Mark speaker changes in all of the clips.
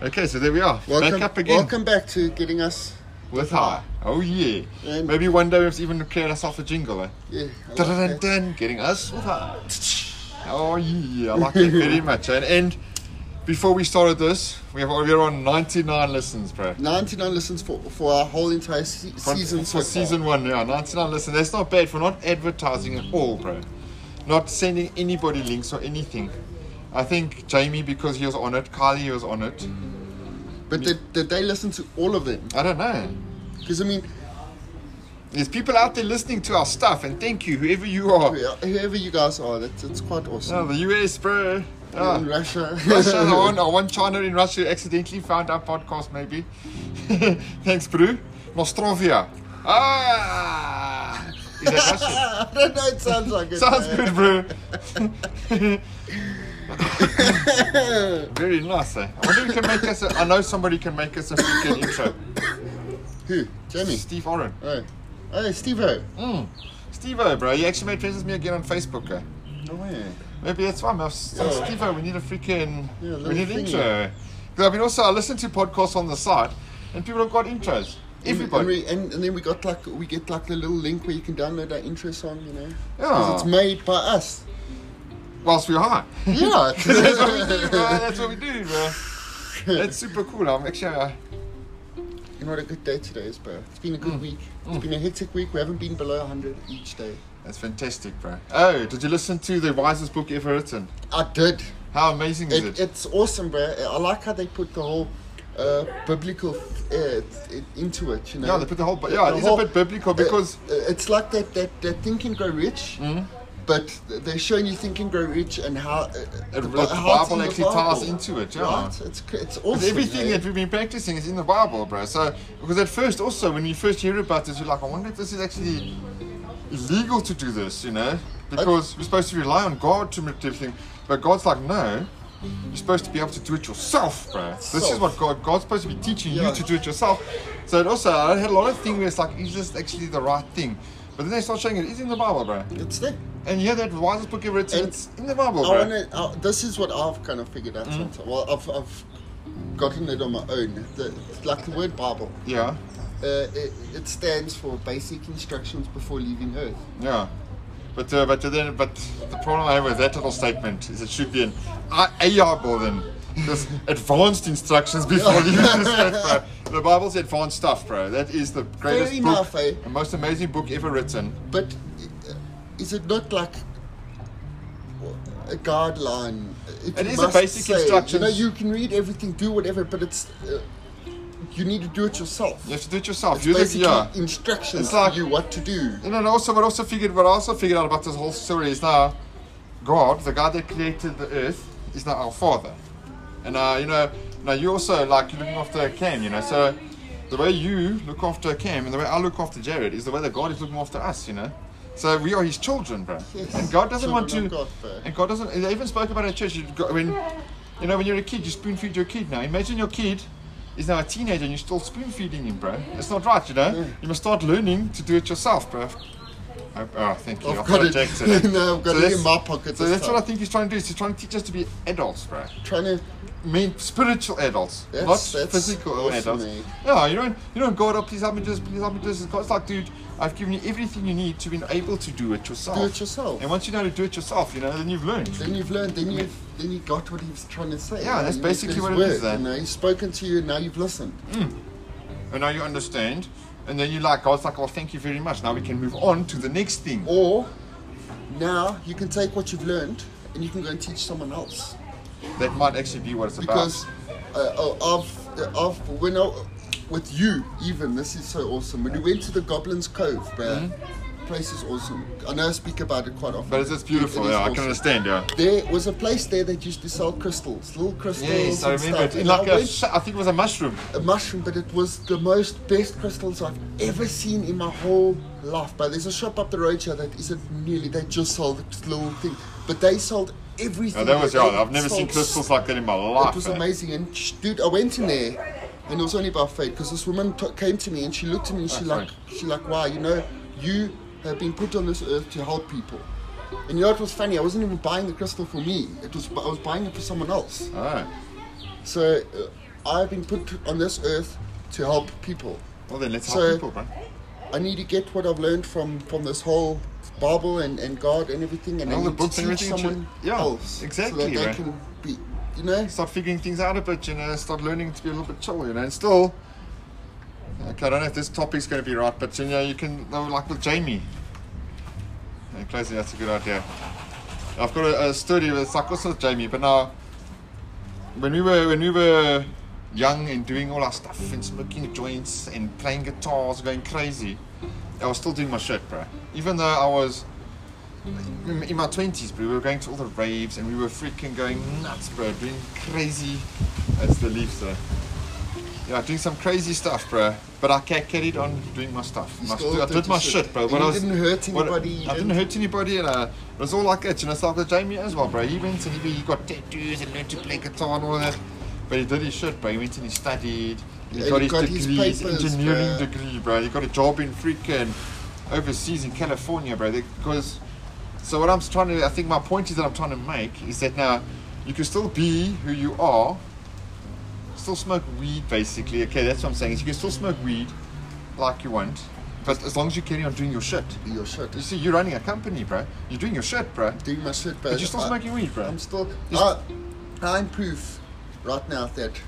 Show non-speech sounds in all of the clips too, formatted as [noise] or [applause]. Speaker 1: Okay, so there we are.
Speaker 2: Welcome,
Speaker 1: back up again
Speaker 2: welcome back to getting us.
Speaker 1: with high. Oh yeah.
Speaker 2: And-
Speaker 1: Maybe one day we've even create ourselves a jingle. Eh?
Speaker 2: Yeah, I like
Speaker 1: Dun,
Speaker 2: that.
Speaker 1: dun, getting us with high. Oh yeah, I like it very much. And, and before we started this, we have we're on 99 listens, bro.
Speaker 2: 99 listens for, for our whole entire se-
Speaker 1: For-
Speaker 2: season. so
Speaker 1: for
Speaker 2: far.
Speaker 1: season one, yeah, 99 listens. That's not bad for not advertising at all, bro. Not sending anybody links or anything. I think Jamie because he was on it, Kylie was on it.
Speaker 2: But did, did they listen to all of them?
Speaker 1: I don't know.
Speaker 2: Because, I mean,
Speaker 1: There's people out there listening to our stuff, and thank you, whoever you are.
Speaker 2: whoever you guys are, that's, it's quite
Speaker 1: Oh,
Speaker 2: awesome.
Speaker 1: the US, bro. [laughs]
Speaker 2: In
Speaker 1: Oh.
Speaker 2: Russia.
Speaker 1: Russia, the one, oh, one China in Russia accidentally found our podcast, maybe. [laughs] Thanks, bro. Nostrovia. Ah! Is that Russian?
Speaker 2: [laughs]
Speaker 1: [laughs]
Speaker 2: I don't know, it sounds like it.
Speaker 1: Sounds
Speaker 2: man.
Speaker 1: good, bro. [laughs] Very nice, eh? I wonder if you can make us a, I know somebody can make us a freaking intro.
Speaker 2: Who? Jamie.
Speaker 1: Steve Oren.
Speaker 2: Oh, oh Steve O.
Speaker 1: Mm. Steve O, bro. He actually made friends with me again on Facebook, eh?
Speaker 2: No way.
Speaker 1: Maybe that's why I'm so
Speaker 2: Yeah.
Speaker 1: Steve, we need a freaking
Speaker 2: Yeah, a little
Speaker 1: we need an
Speaker 2: thingy.
Speaker 1: intro. Because I mean also I listen to podcasts on the site and people have got intros.
Speaker 2: And,
Speaker 1: Everybody
Speaker 2: we, and, and then we got like we get like the little link where you can download our intro song, you know. 'Cause
Speaker 1: Yeah.
Speaker 2: It's made
Speaker 1: [laughs]
Speaker 2: by us.
Speaker 1: whilst we're
Speaker 2: [laughs]
Speaker 1: high.
Speaker 2: Yeah.
Speaker 1: that's what we do, bro. That's what we do, bro. That's super cool. I'm actually uh,
Speaker 2: You know what a good day today is, bro. It's been a
Speaker 1: Mm.
Speaker 2: good week. It's been a hectic week. We haven't been below 100 each day.
Speaker 1: that's fantastic, bro. Oh, did you listen to the wisest book ever written?
Speaker 2: I did.
Speaker 1: How amazing is
Speaker 2: It,
Speaker 1: it?
Speaker 2: it's awesome, bro. I like how they put the whole uh, biblical uh, th- into it, you know.
Speaker 1: Yeah, they put the whole bu- yeah, it is a bit biblical because Mm.
Speaker 2: uh, it's like that that that Think and Grow Rich, but they're showing you Think and Grow Rich and how uh,
Speaker 1: the
Speaker 2: Bi-
Speaker 1: Bible
Speaker 2: how it's in
Speaker 1: actually ties into it, yeah.
Speaker 2: Right? It's cr- it's awesome.
Speaker 1: Because everything
Speaker 2: eh?
Speaker 1: that we've been practicing is in the Bible, bro. So, because at first, also, when you first hear about this, you're like, I wonder if this is actually illegal to do this, you know? Because we're supposed to rely on God to do everything. But God's like, no, you're supposed to be able to do it yourself, bro. This is
Speaker 2: Self.
Speaker 1: what God, God's supposed to be teaching
Speaker 2: Yeah.
Speaker 1: you to do it yourself. So, it also, I had a lot of things where it's like, is this actually the right thing? But then they start showing it is in the Bible, bro.
Speaker 2: it's there.
Speaker 1: And you hear that wisest book ever written,
Speaker 2: And
Speaker 1: it's in the Bible,
Speaker 2: I
Speaker 1: bro.
Speaker 2: wanna, I, Oh, this is what I've kind of figured
Speaker 1: Mm.
Speaker 2: out. sometimes. Well, I've I've gotten it on my own. The, like the word Bible,
Speaker 1: Yeah,
Speaker 2: uh, it, it stands for basic instructions before leaving Earth.
Speaker 1: Yeah. But uh, but then but the problem I have with that little statement is it should be an I- AR then. There's advanced instructions before you use that, bro. The Bible's advanced stuff, bro. That is the greatest
Speaker 2: Fair
Speaker 1: book,
Speaker 2: enough, eh?
Speaker 1: the most amazing book ever written.
Speaker 2: But uh, is it not like a guideline? If
Speaker 1: It
Speaker 2: you
Speaker 1: is a
Speaker 2: must
Speaker 1: basic
Speaker 2: You know,
Speaker 1: instructions.
Speaker 2: you can read everything, do whatever, but it's uh, you need to do it yourself.
Speaker 1: You have to do it yourself.
Speaker 2: It's
Speaker 1: you
Speaker 2: basically
Speaker 1: yeah.
Speaker 2: instructions
Speaker 1: It's like-
Speaker 2: to you what to do.
Speaker 1: And then also what I also figured what I also figured out about this whole story is now God, the God that created the earth, is now our father. And uh, you know, now you also like you're looking after Cam, you know. So the way you look after Cam and the way I look after Jared is the way that God is looking after us, you know. So we are His children, bro.
Speaker 2: Yes,
Speaker 1: and God doesn't want to.
Speaker 2: children of God, bro.
Speaker 1: and God doesn't. They even spoke about it at church. You got, when you know when you're a kid, you spoon feed your kid. Now imagine your kid is now a teenager and you're still spoon feeding him, bro. It's not right, you know. You must start learning to do it yourself, bro. I, oh, thank you.
Speaker 2: I've
Speaker 1: I
Speaker 2: got it.
Speaker 1: projected it.
Speaker 2: [laughs] No, I've got it in
Speaker 1: that's-
Speaker 2: my pocket
Speaker 1: So
Speaker 2: this
Speaker 1: that's what I
Speaker 2: time.
Speaker 1: think he's trying to do. Is he's trying to teach us to be adults, bro.
Speaker 2: Trying to
Speaker 1: I mean spiritual adults,
Speaker 2: That's-
Speaker 1: not
Speaker 2: that's
Speaker 1: physical
Speaker 2: awesome,
Speaker 1: adults.
Speaker 2: eh?
Speaker 1: Yeah, you don't, you don't go up. Please help me just, please help me just. God's like, dude, I've given you everything you need to be able to do it yourself.
Speaker 2: do it yourself.
Speaker 1: And once you know how to do it yourself, you know, then you've learned.
Speaker 2: Then you've learned. Then you've then you got what he was trying to say.
Speaker 1: Yeah, that's
Speaker 2: You listened
Speaker 1: basically
Speaker 2: to his
Speaker 1: what it is
Speaker 2: word,
Speaker 1: then.
Speaker 2: You know, he's spoken to you, and now you've listened.
Speaker 1: And now you understand. And then you like, God's like, well, thank you very much. Now we can move on to the next thing.
Speaker 2: Or now you can take what you've learned, and you can go and teach someone else.
Speaker 1: That might actually be what it's
Speaker 2: because
Speaker 1: about.
Speaker 2: uh, oh, I've, uh, I've when I, with you even this is so awesome when we went to the Goblins Cove, bro. Place is awesome. I know I speak about it quite often.
Speaker 1: Hmm? But it's just beautiful.
Speaker 2: It- it is
Speaker 1: yeah, I
Speaker 2: awesome.
Speaker 1: can understand. Yeah.
Speaker 2: There was a place there that used to sell crystals, little crystals.
Speaker 1: Yes, I
Speaker 2: and
Speaker 1: remember.
Speaker 2: stuff.
Speaker 1: it. In
Speaker 2: And
Speaker 1: like
Speaker 2: I
Speaker 1: a,
Speaker 2: went-
Speaker 1: sh- I think it was a mushroom.
Speaker 2: a mushroom, but it was the most best crystals I've ever seen in my whole life. But there's a shop up the road here that isn't nearly. They just sold this little thing, but they sold everything.
Speaker 1: Yeah, Oh, that was
Speaker 2: They
Speaker 1: yeah. I've never seen
Speaker 2: sold
Speaker 1: crystals like that in my life.
Speaker 2: it was
Speaker 1: eh?
Speaker 2: amazing. And sh dude, I went in there, and it was only by fate because this woman t- came to me and she looked at me and she
Speaker 1: That's
Speaker 2: like, she like, wow, you know, you have been put on this earth to help people. And you know, it was funny. I wasn't even buying the crystal for me. It was I was buying it for someone else.
Speaker 1: Oh.
Speaker 2: So uh, I've been put on this earth to help people.
Speaker 1: Well, then let's
Speaker 2: So-
Speaker 1: help people, man.
Speaker 2: I need to get what I've learned from from this whole Bible and, and God and everything, and,
Speaker 1: And all
Speaker 2: I
Speaker 1: the
Speaker 2: need
Speaker 1: books
Speaker 2: to
Speaker 1: and
Speaker 2: teach
Speaker 1: everything to-
Speaker 2: someone
Speaker 1: yeah,
Speaker 2: else so
Speaker 1: exactly,
Speaker 2: that they
Speaker 1: right.
Speaker 2: can be, you know.
Speaker 1: Start figuring things out a bit, you know. Start learning to be a little bit chill, you know. And still, okay, I don't know if this topic's going to be right, but you know, you can no, like with Jamie. Yeah, closing, that's a good idea. I've got a, a story with like also with Jamie, but now when we were when we were young and doing all our stuff and smoking joints and playing guitars, going crazy, I was still doing my shit, bro. Even though I was in in my twenties, bro, we were going to all the raves and we were freaking going nuts, bro, doing crazy. That's the leaves, though. Yeah, doing some crazy stuff, bro. But I ca- carried on doing my stuff. My
Speaker 2: still
Speaker 1: stu- I
Speaker 2: did
Speaker 1: did
Speaker 2: your
Speaker 1: my
Speaker 2: shit.
Speaker 1: shit, bro.
Speaker 2: And
Speaker 1: What
Speaker 2: you
Speaker 1: I was-
Speaker 2: didn't hurt
Speaker 1: what-
Speaker 2: anybody, you
Speaker 1: I
Speaker 2: didn't-
Speaker 1: didn't hurt anybody, and uh, it was all like it. And it's like with Jamie as well, bro. He went and he, he got tattoos and learned to play guitar and all that. But he did his shit, bro. He went and he studied. And he
Speaker 2: And
Speaker 1: got
Speaker 2: he
Speaker 1: his
Speaker 2: got his
Speaker 1: degree, his,
Speaker 2: papers,
Speaker 1: engineering
Speaker 2: bruh.
Speaker 1: degree, bro. He got a job in freaking overseas in California, bro. They- Because so what I'm trying to, I think my point is that I'm trying to make is that now you can still be who you are, still smoke weed basically. Okay, that's what I'm saying. Is you can still smoke weed like you want, but as long as you carry on doing your shit.
Speaker 2: Your shit.
Speaker 1: You see, you're running a company, bro. You're doing your shit, bro.
Speaker 2: doing my shit, but,
Speaker 1: But you're still smoking weed, bro.
Speaker 2: I'm still.
Speaker 1: Just-
Speaker 2: I, I'm proof right now that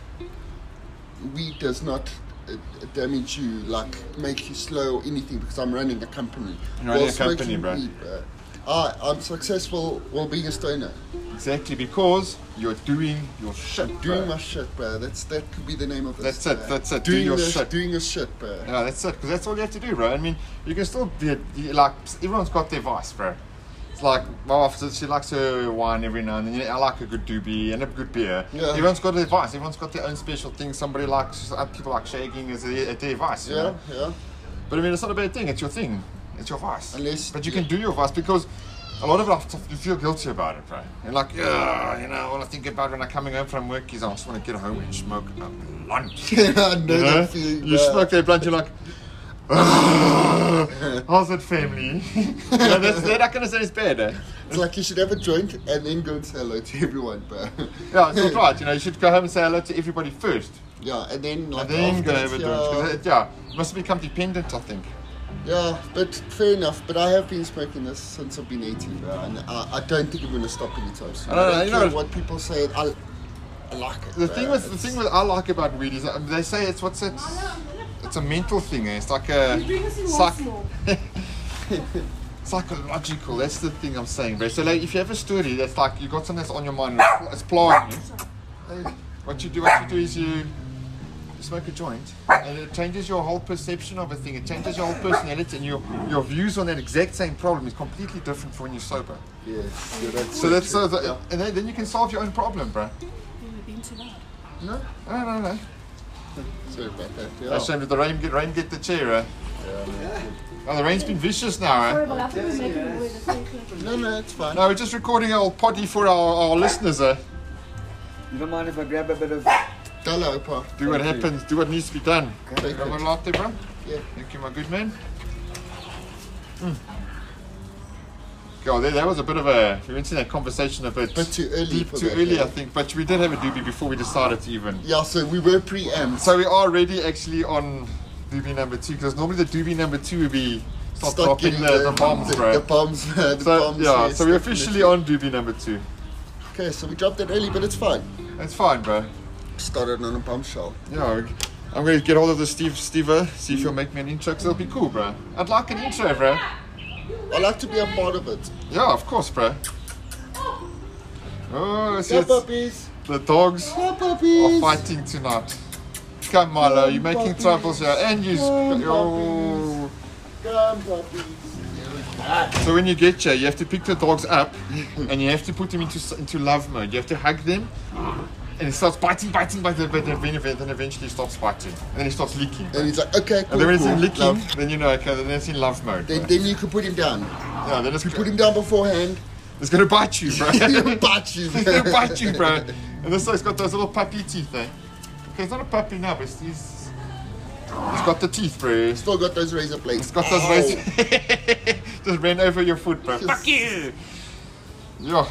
Speaker 2: weed does not uh, damage you, like make you slow or anything, because I'm running a company.
Speaker 1: You're running
Speaker 2: While
Speaker 1: a company,
Speaker 2: smoking
Speaker 1: bro.
Speaker 2: weed, bro, I, I'm successful while being a stoner.
Speaker 1: Exactly because you're doing your shit,
Speaker 2: Doing
Speaker 1: bro.
Speaker 2: my shit, bro. That's that could be the name of this.
Speaker 1: That's it,
Speaker 2: bro.
Speaker 1: that's it. Do
Speaker 2: Doing
Speaker 1: your
Speaker 2: the-
Speaker 1: shit.
Speaker 2: Doing your shit, bro.
Speaker 1: Yeah, that's it. Because that's all you have to do, bro. I mean, you can still be a, you- like everyone's got their vice, bro. It's like my wife says she likes her wine every now and then. You know, I like a good doobie and a good beer.
Speaker 2: Yeah.
Speaker 1: Everyone's got their vice. Everyone's got their own special thing. Somebody likes other people like shaking as their, at their vice. You
Speaker 2: Yeah,
Speaker 1: know?
Speaker 2: yeah. [laughs]
Speaker 1: But I mean, it's not a bad thing. It's your thing. It's your vice.
Speaker 2: Unless-
Speaker 1: but you
Speaker 2: yeah.
Speaker 1: can do your vice because a lot of us you feel guilty about it, right? And like, yeah, you know, all I think about when I'm coming home from work is I just want to get home and smoke a blunt.
Speaker 2: I know
Speaker 1: You, know?
Speaker 2: that feeling.
Speaker 1: Uh-huh. You
Speaker 2: bro.
Speaker 1: smoke that blunt, you're like, "Ugh, how's it, family? [laughs] you know, that's, they're not going to say it's bad, eh?
Speaker 2: It's like you should have a joint and then go and say hello to everyone, bro. [laughs]
Speaker 1: Yeah, it's all right. You know, you should go home and say hello to everybody first.
Speaker 2: Yeah, and then like
Speaker 1: And then go
Speaker 2: afterwards,
Speaker 1: over to it.
Speaker 2: yeah,
Speaker 1: 'Cause it- Yeah, you must become dependent, I think.
Speaker 2: yeah, but fair enough. But I have been smoking this since I've been 18, bro, and I, I don't think I'm gonna stop anytime soon.
Speaker 1: I don't know,
Speaker 2: don't
Speaker 1: you
Speaker 2: care
Speaker 1: know-
Speaker 2: what people say. I, I like it.
Speaker 1: The
Speaker 2: bro.
Speaker 1: thing with the
Speaker 2: It's-
Speaker 1: thing with I like about weed is um, they say it's what's it? It's a mental thing. eh? It's like a
Speaker 3: You bring us in
Speaker 1: psych-
Speaker 3: once more.
Speaker 1: psychological. That's the thing I'm saying, bro. So like, if you have a story that's like you got something that's on your mind, and it's plodding you. What you do, what you do is you you smoke a joint, and it changes your whole perception of a thing. It changes your whole personality, and your your views on that exact same problem is completely different from when you're sober.
Speaker 2: yeah, yeah, that's
Speaker 1: So that's so
Speaker 2: true.
Speaker 1: the,
Speaker 2: yeah.
Speaker 1: and then, then you can solve your own problem, bro.
Speaker 3: We've been too loud.
Speaker 2: no,
Speaker 1: No, no, no.
Speaker 2: sorry about that.
Speaker 1: Oh.
Speaker 2: Yeah,
Speaker 1: Shame that the rain get rain get the chair. Eh? Oh, the rain's been vicious now.
Speaker 3: Sorry,
Speaker 1: Eh?
Speaker 3: but I think we're making a word. That's very clever.
Speaker 2: no, no, it's fine.
Speaker 1: No, we're just recording our potty for our, our listeners. Eh?
Speaker 4: You don't mind if I grab a bit of.
Speaker 2: Hello, pa.
Speaker 1: Do what
Speaker 4: Thank you.
Speaker 1: happens. Do what needs to be done.
Speaker 2: Take
Speaker 1: You got
Speaker 2: it.
Speaker 1: a latte, bro?
Speaker 2: Yeah.
Speaker 1: Thank you, my good man. Hmm. God, there, that was a bit of a. We went into that conversation a bit.
Speaker 2: Bit too early
Speaker 1: deep-
Speaker 2: for
Speaker 1: too
Speaker 2: that,
Speaker 1: early,
Speaker 2: yeah.
Speaker 1: I think. But we did have a doobie before we decided to even.
Speaker 2: Yeah, so we were pre-ammed.
Speaker 1: So we are ready actually on doobie number two because normally the doobie number two would be start, dropping
Speaker 2: getting
Speaker 1: the, the, bombs,
Speaker 2: the,
Speaker 1: bro.
Speaker 2: The bombs, [laughs] the
Speaker 1: so
Speaker 2: bombs.
Speaker 1: yeah,
Speaker 2: yes,
Speaker 1: so we're officially
Speaker 2: definitely.
Speaker 1: on doobie number two.
Speaker 2: Okay, so we dropped it early, but it's fine.
Speaker 1: That's fine, bro.
Speaker 2: Started on a bombshell.
Speaker 1: Yeah, we- I'm gonna get hold of the Steve Stever, see if he'll make me an intro. Cause it'll be cool, bro. I'd like an intro, bro.
Speaker 2: I like to be a part of it.
Speaker 1: Yeah, of course, bro. Oh, see,
Speaker 2: Go
Speaker 1: it's-
Speaker 2: puppies!
Speaker 1: the dogs
Speaker 2: Go
Speaker 1: are
Speaker 2: puppies!
Speaker 1: fighting tonight. Come, Milo, you're making
Speaker 2: puppies.
Speaker 1: troubles here, and you.
Speaker 2: Come,
Speaker 1: Sp- oh.
Speaker 2: Go puppies!
Speaker 1: So when you get here, you have to pick the dogs up, and you have to put them into s- into love mode. You have to hug them, and it starts biting, biting, biting, but then ev- then eventually stops biting, and then it starts licking.
Speaker 2: And he's like, okay, cool.
Speaker 1: And then when it's
Speaker 2: cool,
Speaker 1: in licking,
Speaker 2: love.
Speaker 1: then you know, okay, then it's in love mode.
Speaker 2: Then,
Speaker 1: bro.
Speaker 2: then you can put him down.
Speaker 1: yeah, then it's,
Speaker 2: You put him down beforehand, [laughs]
Speaker 1: it's gonna bite you, bro. [laughs]
Speaker 2: he'll bite you.
Speaker 1: He's gonna bite you, bro. And this guy's got those little puppy teeth, eh? Okay, it's not a puppy now, but he's he's got the teeth, bro. He's
Speaker 2: [laughs] Still got those razor blades. Oh,
Speaker 1: got those
Speaker 2: Ow.
Speaker 1: razor. [laughs] Just ran over your foot, bro. Fuck you. Yeah.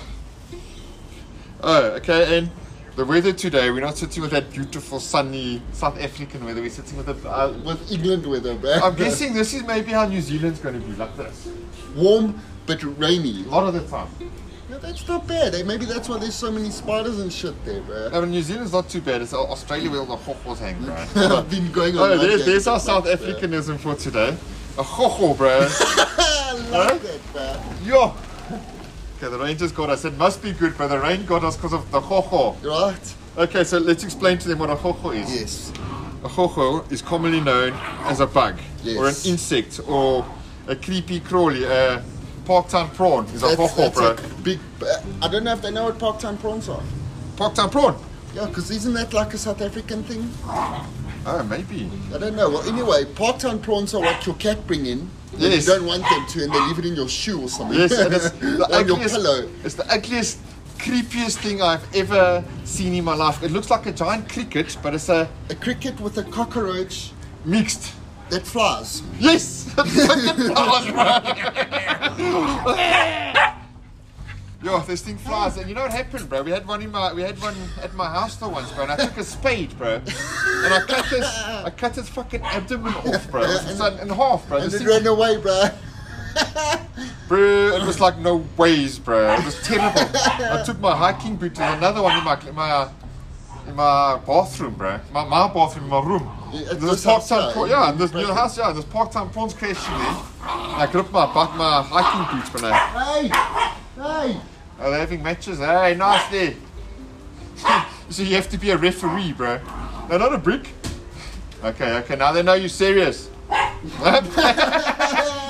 Speaker 1: Oh, okay, and The weather today, we're not sitting with that beautiful sunny South African weather. We're sitting with the. Uh,
Speaker 2: With England weather, bro.
Speaker 1: I'm guessing this is maybe how New Zealand's going to be like this.
Speaker 2: [laughs] warm but rainy.
Speaker 1: A lot of the time.
Speaker 2: No, that's not bad. eh? Maybe that's why there's so many spiders and shit there, bro. [laughs]
Speaker 1: I mean, New Zealand's not too bad. It's Au- Australia where all the hohos hang, bro.
Speaker 2: I've been going on.
Speaker 1: [laughs] Oh,
Speaker 2: like
Speaker 1: there's,
Speaker 2: that
Speaker 1: there's
Speaker 2: for
Speaker 1: our South
Speaker 2: months, bruh.
Speaker 1: Africanism for today. A hoho,
Speaker 2: [laughs]
Speaker 1: bro.
Speaker 2: Ah, I love that, bro.
Speaker 1: Yo! Okay, the rain just got us. It must be good, but the rain got us because of the hoho.
Speaker 2: Right?
Speaker 1: Okay, so let's explain to them what a hoho is.
Speaker 2: Yes.
Speaker 1: A hoho is commonly known as a bug,
Speaker 2: Yes.
Speaker 1: or an insect, or a creepy crawly, a parktown prawn is a
Speaker 2: That's,
Speaker 1: hoho,
Speaker 2: that's
Speaker 1: bro.
Speaker 2: a big. I don't know if they know what parktown prawns are.
Speaker 1: Parktown prawn?
Speaker 2: Yeah, because isn't that like a South African thing?
Speaker 1: Oh, maybe.
Speaker 2: I don't know. Well, anyway, parktown prawns are what your cat bring in. when
Speaker 1: Yes.
Speaker 2: You don't want them to, and they leave it in your shoe or something.
Speaker 1: Yes, and
Speaker 2: [laughs]
Speaker 1: it's the
Speaker 2: or your
Speaker 1: ugliest,
Speaker 2: pillow.
Speaker 1: it's the ugliest, creepiest thing I've ever seen in my life. It looks like a giant cricket, but it's a
Speaker 2: A cricket with a cockroach
Speaker 1: mixed.
Speaker 2: that flies.
Speaker 1: Yes! [laughs] Yo, this thing flies, and you know what happened, bro? We had one in my, we had one at my house the once, bro. And I took a spade, bro, and I cut this, I cut his fucking abdomen off,
Speaker 2: [laughs]
Speaker 1: bro. It was like in half, bro.
Speaker 2: And
Speaker 1: This
Speaker 2: it
Speaker 1: thing,
Speaker 2: ran away, bro.
Speaker 1: bro, it was like no ways, bro. It was terrible. I took my hiking boot. There's another one in my, in my, in my bathroom, bro. My, my bathroom, in my room.
Speaker 2: Yeah, at
Speaker 1: There's
Speaker 2: this
Speaker 1: this
Speaker 2: house,
Speaker 1: part-time,
Speaker 2: yeah,
Speaker 1: prawn-
Speaker 2: in
Speaker 1: yeah, and this new house, yeah, there's part-time prawns crashing there. And I gripped my butt, my hiking boots, bro. Now.
Speaker 2: Hey! [laughs] Hey!
Speaker 1: Are they having matches? Hey, nice there. [laughs] so you have to be a referee, bro. No, not a brick. Okay, okay, now they know you're serious.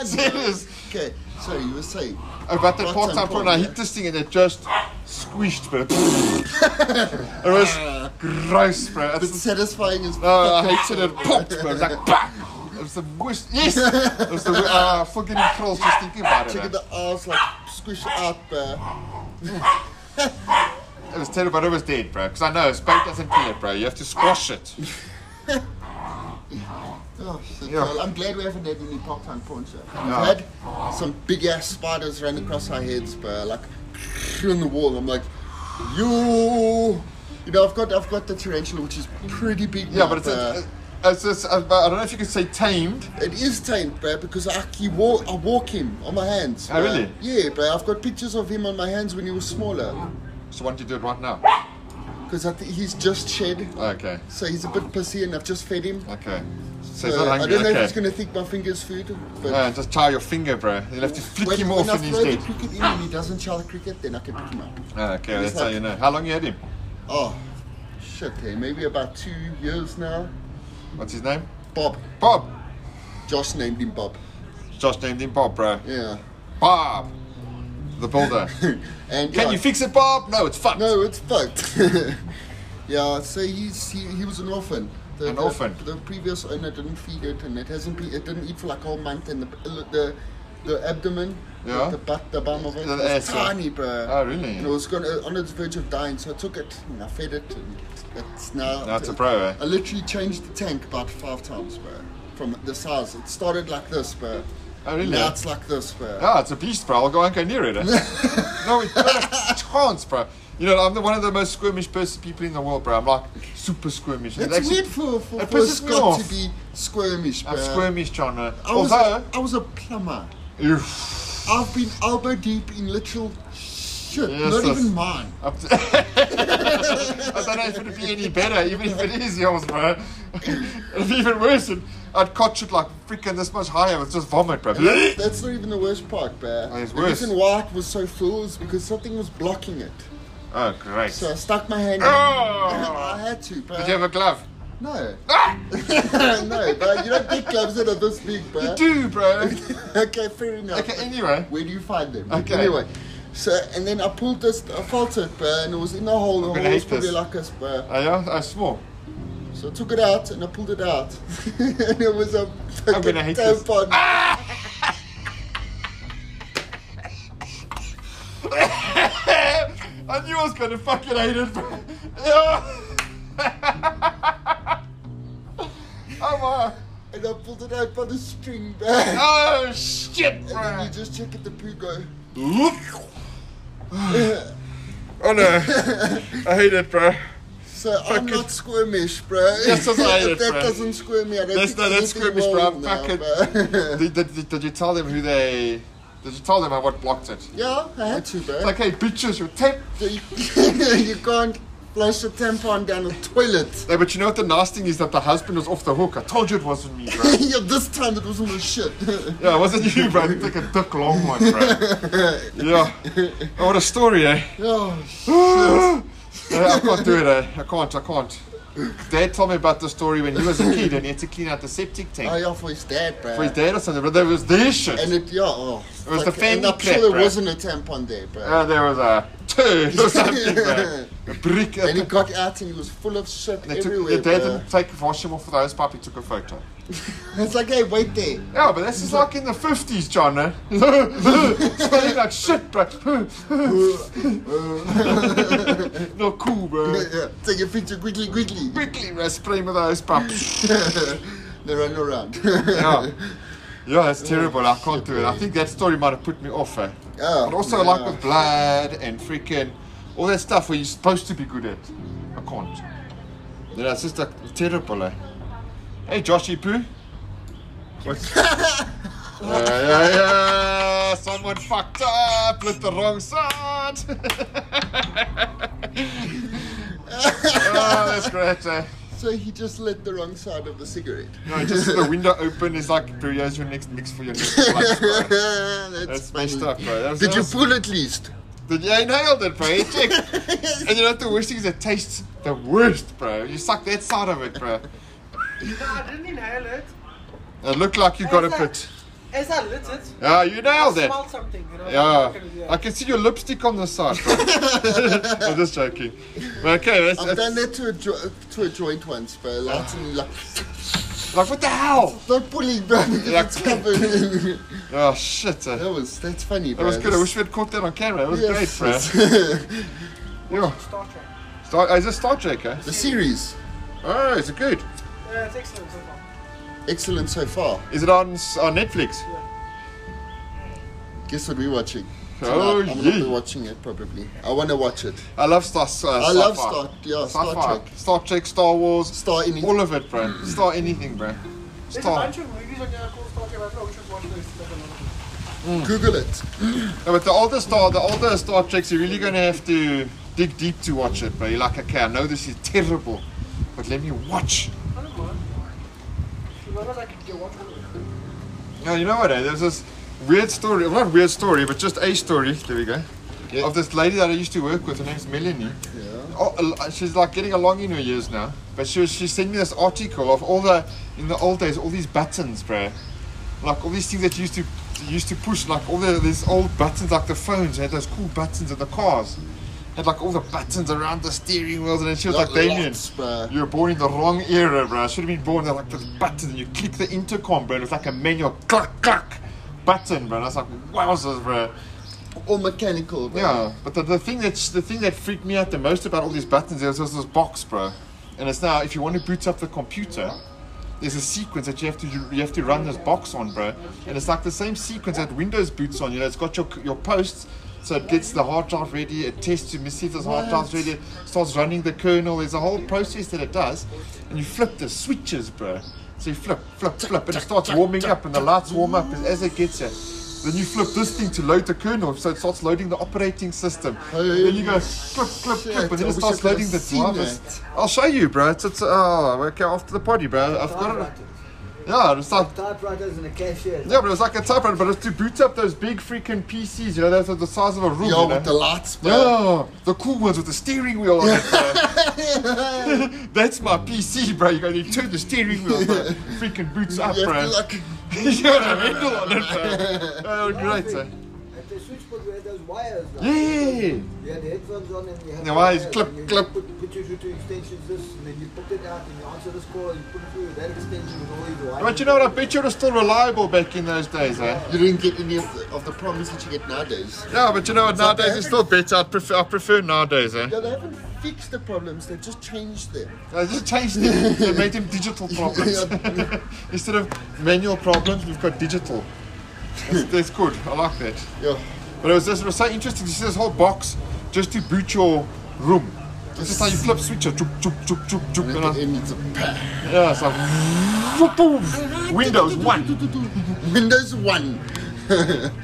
Speaker 1: serious.
Speaker 2: Okay, so you were saying.
Speaker 1: About the
Speaker 2: Part-time
Speaker 1: part time
Speaker 2: prawn,
Speaker 1: prawn, I
Speaker 2: yeah.
Speaker 1: hit this thing and it just squished, bro. it was gross, bro.
Speaker 2: But [laughs]
Speaker 1: It's,
Speaker 2: satisfying as
Speaker 1: no, Oh, I hated it. It popped,
Speaker 2: [laughs]
Speaker 1: bro. It was like, bah! It was the worst. Yes! It was the worst. Uh, fucking trolls just thinking about it.
Speaker 2: [laughs] Check
Speaker 1: eh?
Speaker 2: at the arse, like squish out, bro.
Speaker 1: It was terrible, but it was dead, bro. Because I know a spade doesn't kill it, bro. You have to squash it.
Speaker 2: Oh, shit.
Speaker 1: Yeah.
Speaker 2: Well, I'm glad we haven't had any part-time porn show. We've had some big ass spiders run across our heads, bro. Like [laughs] on the wall. I'm like, you. You know, I've got I've got the tarantula, which is pretty big.
Speaker 1: Yeah,
Speaker 2: now,
Speaker 1: but it's,
Speaker 2: bro.
Speaker 1: it's, it's, it's uh, I don't know if you could say tamed.
Speaker 2: It is tamed, bro, because I, he walk, I walk him on my hands.
Speaker 1: Oh,
Speaker 2: bruh.
Speaker 1: really?
Speaker 2: Yeah, bro. I've got pictures of him on my hands when he was smaller,
Speaker 1: So why don't you do it right now?
Speaker 2: because I think he's just shed,
Speaker 1: Okay,
Speaker 2: so he's a bit pussy, and I've just fed him.
Speaker 1: okay. So he's
Speaker 2: So
Speaker 1: not
Speaker 2: I
Speaker 1: hungry.
Speaker 2: don't know if
Speaker 1: Okay.
Speaker 2: he's gonna think my finger's food, but
Speaker 1: Uh, just tie your finger, bro. You'll have to flick
Speaker 2: when,
Speaker 1: him
Speaker 2: when
Speaker 1: off
Speaker 2: I
Speaker 1: and he's
Speaker 2: throw the
Speaker 1: dead.
Speaker 2: cricket in and he doesn't chow the cricket, then I can pick him up.
Speaker 1: Ah, okay,
Speaker 2: It's
Speaker 1: that's how
Speaker 2: like-
Speaker 1: you know. How long you had him?
Speaker 2: Oh, shit! Hey, maybe about two years now.
Speaker 1: What's his name?
Speaker 2: Bob.
Speaker 1: Bob.
Speaker 2: Josh named him Bob.
Speaker 1: Josh named him Bob, bro.
Speaker 2: Yeah. [laughs]
Speaker 1: Bob. The builder.
Speaker 2: And
Speaker 1: Can
Speaker 2: [laughs] yeah,
Speaker 1: you fix it, Bob? No, it's fucked.
Speaker 2: No, it's fucked. [laughs] yeah, so he's he, he was an orphan. The,
Speaker 1: An
Speaker 2: the-
Speaker 1: orphan.
Speaker 2: The, previous owner didn't feed it, and it hasn't. Be, it didn't eat for like a whole month, and the the the abdomen,
Speaker 1: Yeah.
Speaker 2: the, the butt, the bum of it
Speaker 1: The
Speaker 2: was
Speaker 1: ass, yeah.
Speaker 2: tiny, bro.
Speaker 1: Oh, really?
Speaker 2: And it was going on its verge of dying, so I took it and I fed it, and it's now.
Speaker 1: Now it's a pro, eh?
Speaker 2: I literally changed the tank about five times, bro. From the size, it started like this, bro.
Speaker 1: Oh, really?
Speaker 2: Now it's like this, bro.
Speaker 1: Ah, it's a beast, bro. I'll go and go near
Speaker 2: [laughs]
Speaker 1: it. eh? no, it's not a chance, bro. You know, I'm the, one of the most squirmish pers- people in the world, bro. I'm like super squirmish.
Speaker 2: It's
Speaker 1: Actually-
Speaker 2: weird for, for,
Speaker 1: it
Speaker 2: for a
Speaker 1: pisses me
Speaker 2: Scot
Speaker 1: off.
Speaker 2: to be squirmish, bro.
Speaker 1: I'm squirmish, John. eh?
Speaker 2: I was,
Speaker 1: Although,
Speaker 2: a, I was a plumber.
Speaker 1: Oof.
Speaker 2: I've been elbow deep in literal shit.
Speaker 1: Yes,
Speaker 2: Not
Speaker 1: yes.
Speaker 2: even mine.
Speaker 1: [laughs] Up to- I don't know if it'd be any better, even if it is yours, bro. [laughs] it'd be even worse. And I'd catch it like freaking this much higher. It's just vomit, bro.
Speaker 2: [laughs] That's, that's not even the worst part, bro.
Speaker 1: Oh, it's
Speaker 2: the
Speaker 1: worse.
Speaker 2: reason why it was so full is because something was blocking it.
Speaker 1: oh, great.
Speaker 2: So I stuck my hand
Speaker 1: Oh.
Speaker 2: in. [laughs] I had to, bro.
Speaker 1: Did you have Ah! a glove? [laughs]
Speaker 2: No. [laughs] no, bro. You don't get gloves that are this big, bro.
Speaker 1: You do, bro.
Speaker 2: [laughs] okay, fair enough.
Speaker 1: Okay, anyway.
Speaker 2: Where do you find them?
Speaker 1: Okay.
Speaker 2: Anyway, so and then I pulled this, I felt it, bro, and it was in a hole. The
Speaker 1: gonna
Speaker 2: hole was
Speaker 1: hate
Speaker 2: probably
Speaker 1: this.
Speaker 2: like this, bro.
Speaker 1: Oh, yeah? Oh, small.
Speaker 2: So I took it out and I pulled it out, [laughs] and it was a fucking
Speaker 1: gonna hate this. Ah!
Speaker 2: tampon.
Speaker 1: I knew I was gonna fucking hate it, bro. [laughs] Yeah. I'm, uh,
Speaker 2: And I pulled it out by the string, bro. And
Speaker 1: oh, shit,
Speaker 2: then
Speaker 1: bro. [sighs]
Speaker 2: you just check at the poo go.
Speaker 1: Look. oh no, I hate it, bro.
Speaker 2: So I'm not squirmish, bro.
Speaker 1: Just as I am,
Speaker 2: [laughs] If that
Speaker 1: bro.
Speaker 2: doesn't squirm me, I don't
Speaker 1: That's
Speaker 2: think
Speaker 1: not- that's
Speaker 2: anything
Speaker 1: squirmish, bro.
Speaker 2: will
Speaker 1: I'm
Speaker 2: now,
Speaker 1: fucking-
Speaker 2: bro.
Speaker 1: Did, did, did you tell them who they? Did you tell them what blocked it?
Speaker 2: [laughs] yeah, I had to, bro.
Speaker 1: It's like, hey, bitches, your tape.
Speaker 2: So you, [laughs] you can't flush a tampon down the toilet. [laughs]
Speaker 1: No, but you know what the nasty thing is that the husband was off the hook. I told you it wasn't me, bro.
Speaker 2: yeah, this time it wasn't a shit. [laughs]
Speaker 1: yeah, it wasn't you, bro. You took a dick long one, bro. Yeah. Oh, what a story, eh?
Speaker 2: oh,
Speaker 1: Eh, I can't do it, eh? I can't, I can't. Dad told me about the story when he was a kid and he had to clean out the septic tank
Speaker 2: oh, yeah, for his dad, bro.
Speaker 1: for his dad or something, but there was this shit.
Speaker 2: And it, yeah, oh. It
Speaker 1: was the
Speaker 2: And I'm
Speaker 1: family
Speaker 2: sure
Speaker 1: clip,
Speaker 2: there
Speaker 1: bro.
Speaker 2: wasn't a tampon there, bro.
Speaker 1: [laughs] Uh, there was a turd or something,
Speaker 2: [laughs]
Speaker 1: bro. A brick.
Speaker 2: and he got out and he was full of shit
Speaker 1: They took,
Speaker 2: everywhere,
Speaker 1: the dad
Speaker 2: bro.
Speaker 1: didn't take wash him off with the hose pipe, he took a photo.
Speaker 2: It's like, hey, wait there.
Speaker 1: Yeah, but this is like in the 50s, John, eh? [laughs] Smelling like shit,
Speaker 2: [laughs]
Speaker 1: bro. [laughs] Not cool, bro.
Speaker 2: Yeah, [laughs] Take a picture quickly, quickly. [laughs]
Speaker 1: Quickly, bro, spray him with a hose pipe.
Speaker 2: They run around.
Speaker 1: Yeah. Yeah, that's terrible. I can't do it. I think that story might have put me off, eh?
Speaker 2: [laughs] Oh,
Speaker 1: And also,
Speaker 2: yeah.
Speaker 1: like with blood and freaking all that stuff where you're supposed to be good at. I can't. Yeah, it's just like terrible, eh? Hey, Joshy Poo. What's. [laughs] yeah, yeah, yeah. Someone fucked up, lit the wrong side. [laughs] oh, that's great, eh?
Speaker 2: So he just lit the wrong side of the cigarette. [laughs]
Speaker 1: No, just the window open is like, bro, here's your next mix for your next lunch,
Speaker 2: [laughs]
Speaker 1: bro.
Speaker 2: That's,
Speaker 1: That's
Speaker 2: funny.
Speaker 1: messed up, bro. That was,
Speaker 2: Did
Speaker 1: that
Speaker 2: you
Speaker 1: was-
Speaker 2: pull at least?
Speaker 1: Did yeah, I nailed it, bro?
Speaker 2: [laughs]
Speaker 1: You checked. and you know what the worst thing is? It tastes the worst, bro. You suck that side of it, bro.
Speaker 5: No, I didn't inhale it.
Speaker 1: It looked like you got a
Speaker 5: It's like-
Speaker 1: bit.
Speaker 5: As I lit it,
Speaker 1: Yeah, you
Speaker 5: I
Speaker 1: nailed it.
Speaker 5: smelled something. You know,
Speaker 1: Yeah,
Speaker 5: fucking-
Speaker 1: I can see your lipstick on the side.
Speaker 2: [laughs]
Speaker 1: Bro. I'm just joking. But okay, that's, Ah.
Speaker 2: I've
Speaker 1: that's
Speaker 2: done that to a jo- to a joint once, bro. Lights and like
Speaker 1: like what the hell?
Speaker 2: not pulling, bro. because
Speaker 1: Yeah.
Speaker 2: It's covered.
Speaker 1: Oh shit! eh.
Speaker 2: [laughs] that was that's funny,
Speaker 1: That
Speaker 2: bro.
Speaker 1: was good. I wish we had caught that on camera. It was
Speaker 2: [laughs]
Speaker 1: great,
Speaker 2: great,
Speaker 1: bro. Yeah.
Speaker 5: Star Trek.
Speaker 1: Star, oh, is it Star Trek? Eh?
Speaker 2: the series,
Speaker 1: Oh, is it good?
Speaker 5: Yeah, it's excellent so far.
Speaker 2: excellent so far.
Speaker 1: Is it on s- on Netflix?
Speaker 2: Guess what we're watching?
Speaker 1: Oh,
Speaker 2: Tonight. I'm gonna be
Speaker 1: yeah.
Speaker 2: watching it probably. I wanna watch it.
Speaker 1: I love Star. Uh,
Speaker 2: I love
Speaker 1: sci-fi.
Speaker 2: Star, yeah, Star
Speaker 1: Sci-fi.
Speaker 2: Trek.
Speaker 1: Star Trek, Star Wars,
Speaker 2: Star in
Speaker 1: all of it, bro. Star anything, bro.
Speaker 5: There's a
Speaker 1: Star.
Speaker 5: bunch of movies on there called Star Trek. I don't know which one watch this. I don't know.
Speaker 2: Google it.
Speaker 1: No, but the older Star, the older Star Treks, you're really gonna have to dig deep to watch it, bro. You're like, okay, I know this is terrible, but let me watch.
Speaker 5: I don't mind. As long as I can get one.
Speaker 1: Now you know what? Eh? There's this weird story. Well, not weird story, but just a story. There we go.
Speaker 2: Yeah.
Speaker 1: Of this lady that I used to work with, her name's Melanie.
Speaker 2: Yeah.
Speaker 1: Oh, al- she's like getting along in her years now. But she was, she sent me this article of all the in the old days all these buttons, bro. Like all these things that you used to you used to push, like all the, these old buttons, like the phones had those cool buttons in the cars. Had like all the buttons around the steering wheels, and then she was
Speaker 2: Not
Speaker 1: like, Damien,
Speaker 2: lots, bro.
Speaker 1: you were born in the wrong era, bro. I should have been born there like this button, and you click the intercom, bro. And it's like a manual clack clack button, bro. And I was like, wowzers, bro.
Speaker 2: All mechanical, bro.
Speaker 1: Yeah, but the, the thing that's the thing that freaked me out the most about all these buttons is there's this box, bro, and it's now if you want to boot up the computer, there's a sequence that you have to you have to run this box on, bro, and it's like the same sequence that Windows boots on. You know, it's got your your posts, so it gets the hard drive ready, it tests to see if this hard drive's ready, it starts running the kernel. There's a whole process that it does, and you flip the switches, bro. So you flip, flip, flip, and it starts warming up, and the lights warm up as- as it gets here. Then you flip this thing to load the kernel, so it starts loading the operating system. then you go clip, clip,
Speaker 2: shit,
Speaker 1: clip, and
Speaker 2: I
Speaker 1: then it
Speaker 2: wish
Speaker 1: starts
Speaker 2: I could have
Speaker 1: loading the
Speaker 2: seen
Speaker 1: drivers. I'll show you, bro. It's, it's oh, okay, after the party, bro. I've got it.
Speaker 4: Typewriters.
Speaker 1: Yeah, it's like
Speaker 4: Typewriters and a cashier.
Speaker 1: yeah, but it's like a typewriter, but it's to boot up those big freaking PCs. You know, those are the size of a room.
Speaker 2: Yo,
Speaker 1: you know?
Speaker 2: with the lights, bro.
Speaker 1: yeah, the cool ones with the steering wheel on it. bro.
Speaker 2: [laughs]
Speaker 1: [laughs] That's my PC, bro. You gotta turn the steering wheel, bro. Freaking boots up,
Speaker 2: You
Speaker 1: bro.
Speaker 2: have to like
Speaker 1: [laughs] you got a handle on it, bro.
Speaker 2: [laughs]
Speaker 1: Oh, great, sir.
Speaker 4: At the switchboard, we had those wires. Right?
Speaker 1: Yeah.
Speaker 4: You had headphones on and you had
Speaker 1: The wires, clip,
Speaker 4: and you
Speaker 1: clip.
Speaker 4: Put, put your Bluetooth extensions this, and then you put it out and you answer this call and you put it through that extension with all these wires.
Speaker 1: But you know what? I bet you were still reliable back in those days, eh?
Speaker 2: You didn't get any of the, of the promise that you get nowadays.
Speaker 1: Yeah, but you know what?
Speaker 2: not
Speaker 1: Nowadays it's still better. I prefer, I prefer nowadays, eh?
Speaker 2: Yeah, they haven't fixed the problems, they just changed them.
Speaker 1: I just changed it. They made them [laughs] digital problems. [laughs] Instead of manual problems, we've got digital. That's, that's good. I like that.
Speaker 2: Yeah.
Speaker 1: But it was, just, it was so interesting to see this whole box just to boot your room. This is how you flip switch it. Choop, choop, choop, choop, choop.
Speaker 2: And
Speaker 1: And
Speaker 2: at the
Speaker 1: I,
Speaker 2: end, it's a pa-
Speaker 1: yeah, it's like. [laughs] vroom, boom. Windows 1.
Speaker 2: Windows 1.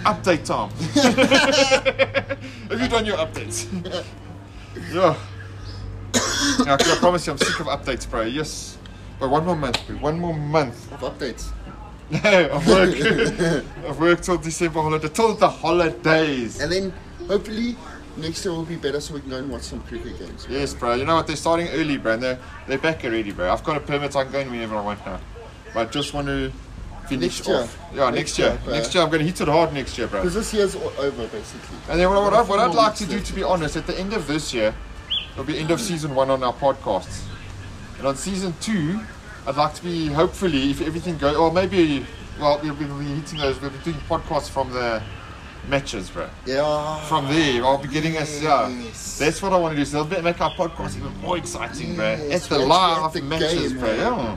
Speaker 1: Update
Speaker 2: [laughs]
Speaker 1: time. Have you done your updates? yeah. yeah. okay, I promise you, I'm sick of updates, bro. Yes. But one more month, bro. One more month. [laughs]
Speaker 2: Of updates.
Speaker 1: No, I've
Speaker 2: [laughs]
Speaker 1: worked. I've worked till December holiday. Till the holidays.
Speaker 2: And then hopefully next year will be better so we can go and watch some cricket games.
Speaker 1: Yes, bro. You know what? They're starting early, bro. And they're, they're back already, bro. I've got a permit. I can go in whenever I want now. But I just want to finish
Speaker 2: Next year.
Speaker 1: off. Yeah, next,
Speaker 2: Next
Speaker 1: year.
Speaker 2: year, bro.
Speaker 1: next year, I'm going to hit it hard next year, bro.
Speaker 2: Because this year's o- over basically.
Speaker 1: And then what, what, I, what I'd
Speaker 2: Few
Speaker 1: like to
Speaker 2: weeks
Speaker 1: do,
Speaker 2: left.
Speaker 1: to be honest, at the end of this year, it'll be end of season one on our podcasts. And on season two, I'd like to be, hopefully, if everything goes, or maybe, well, we'll be we'll be hitting those, we'll be doing podcasts from the matches, bro.
Speaker 2: Yeah.
Speaker 1: From there, I'll be getting us, yeah.
Speaker 2: Yes.
Speaker 1: That's what I want to do. So it'll be- make our podcast even more exciting, bro.
Speaker 2: Yes,
Speaker 1: It's the
Speaker 2: we're actually
Speaker 1: live
Speaker 2: at the
Speaker 1: matches,
Speaker 2: game,
Speaker 1: bro.
Speaker 2: yeah.
Speaker 1: Yeah.